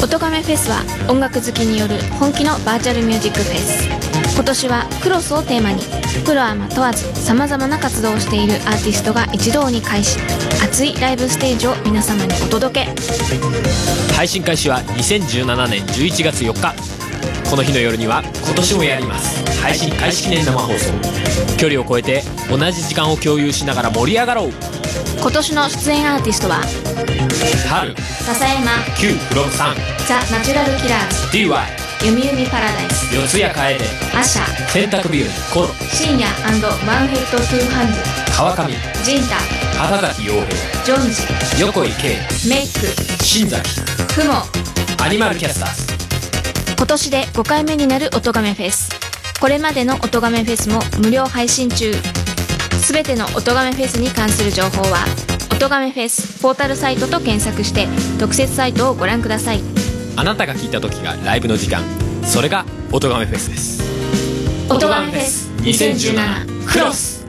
[SPEAKER 5] 音亀フェスは音楽好きによる本気のバーチャルミュージックフェス今年はクロスをテーマにプロアマ問わずさまざまな活動をしているアーティストが一堂に会し熱いライブステージを皆様にお届け
[SPEAKER 1] 配信開始は2017年11月4日この日の夜には今年もやります配信開始記念生放送距離を超えて同じ時間を共有しながら盛り上がろう
[SPEAKER 5] 今年の出演アーティストは
[SPEAKER 1] 春
[SPEAKER 5] 笹山
[SPEAKER 1] Q フロム3
[SPEAKER 5] ザ・ナチュラルキラー
[SPEAKER 1] DY
[SPEAKER 5] ズ弓弓パラダイス
[SPEAKER 1] 四谷楓
[SPEAKER 5] アシャ
[SPEAKER 1] 洗濯日和コロ
[SPEAKER 5] 深夜ワンヘッド・トゥーハン
[SPEAKER 1] 川上
[SPEAKER 5] ズジンタ
[SPEAKER 1] 畑崎陽
[SPEAKER 5] ジョンジ
[SPEAKER 1] 平横井圭
[SPEAKER 5] メイク
[SPEAKER 1] 新崎
[SPEAKER 5] クモ
[SPEAKER 1] アニマルキャスターズ
[SPEAKER 5] 今年で5回目になる音亀フェスこれまでの音亀フェスも無料配信中すべての音亀フェスに関する情報は音亀フェスポータルサイトと検索して特設サイトをご覧ください
[SPEAKER 1] あなたが聞いた時がライブの時間それが音ガメフェスです
[SPEAKER 5] 音亀フェス2017
[SPEAKER 1] クロス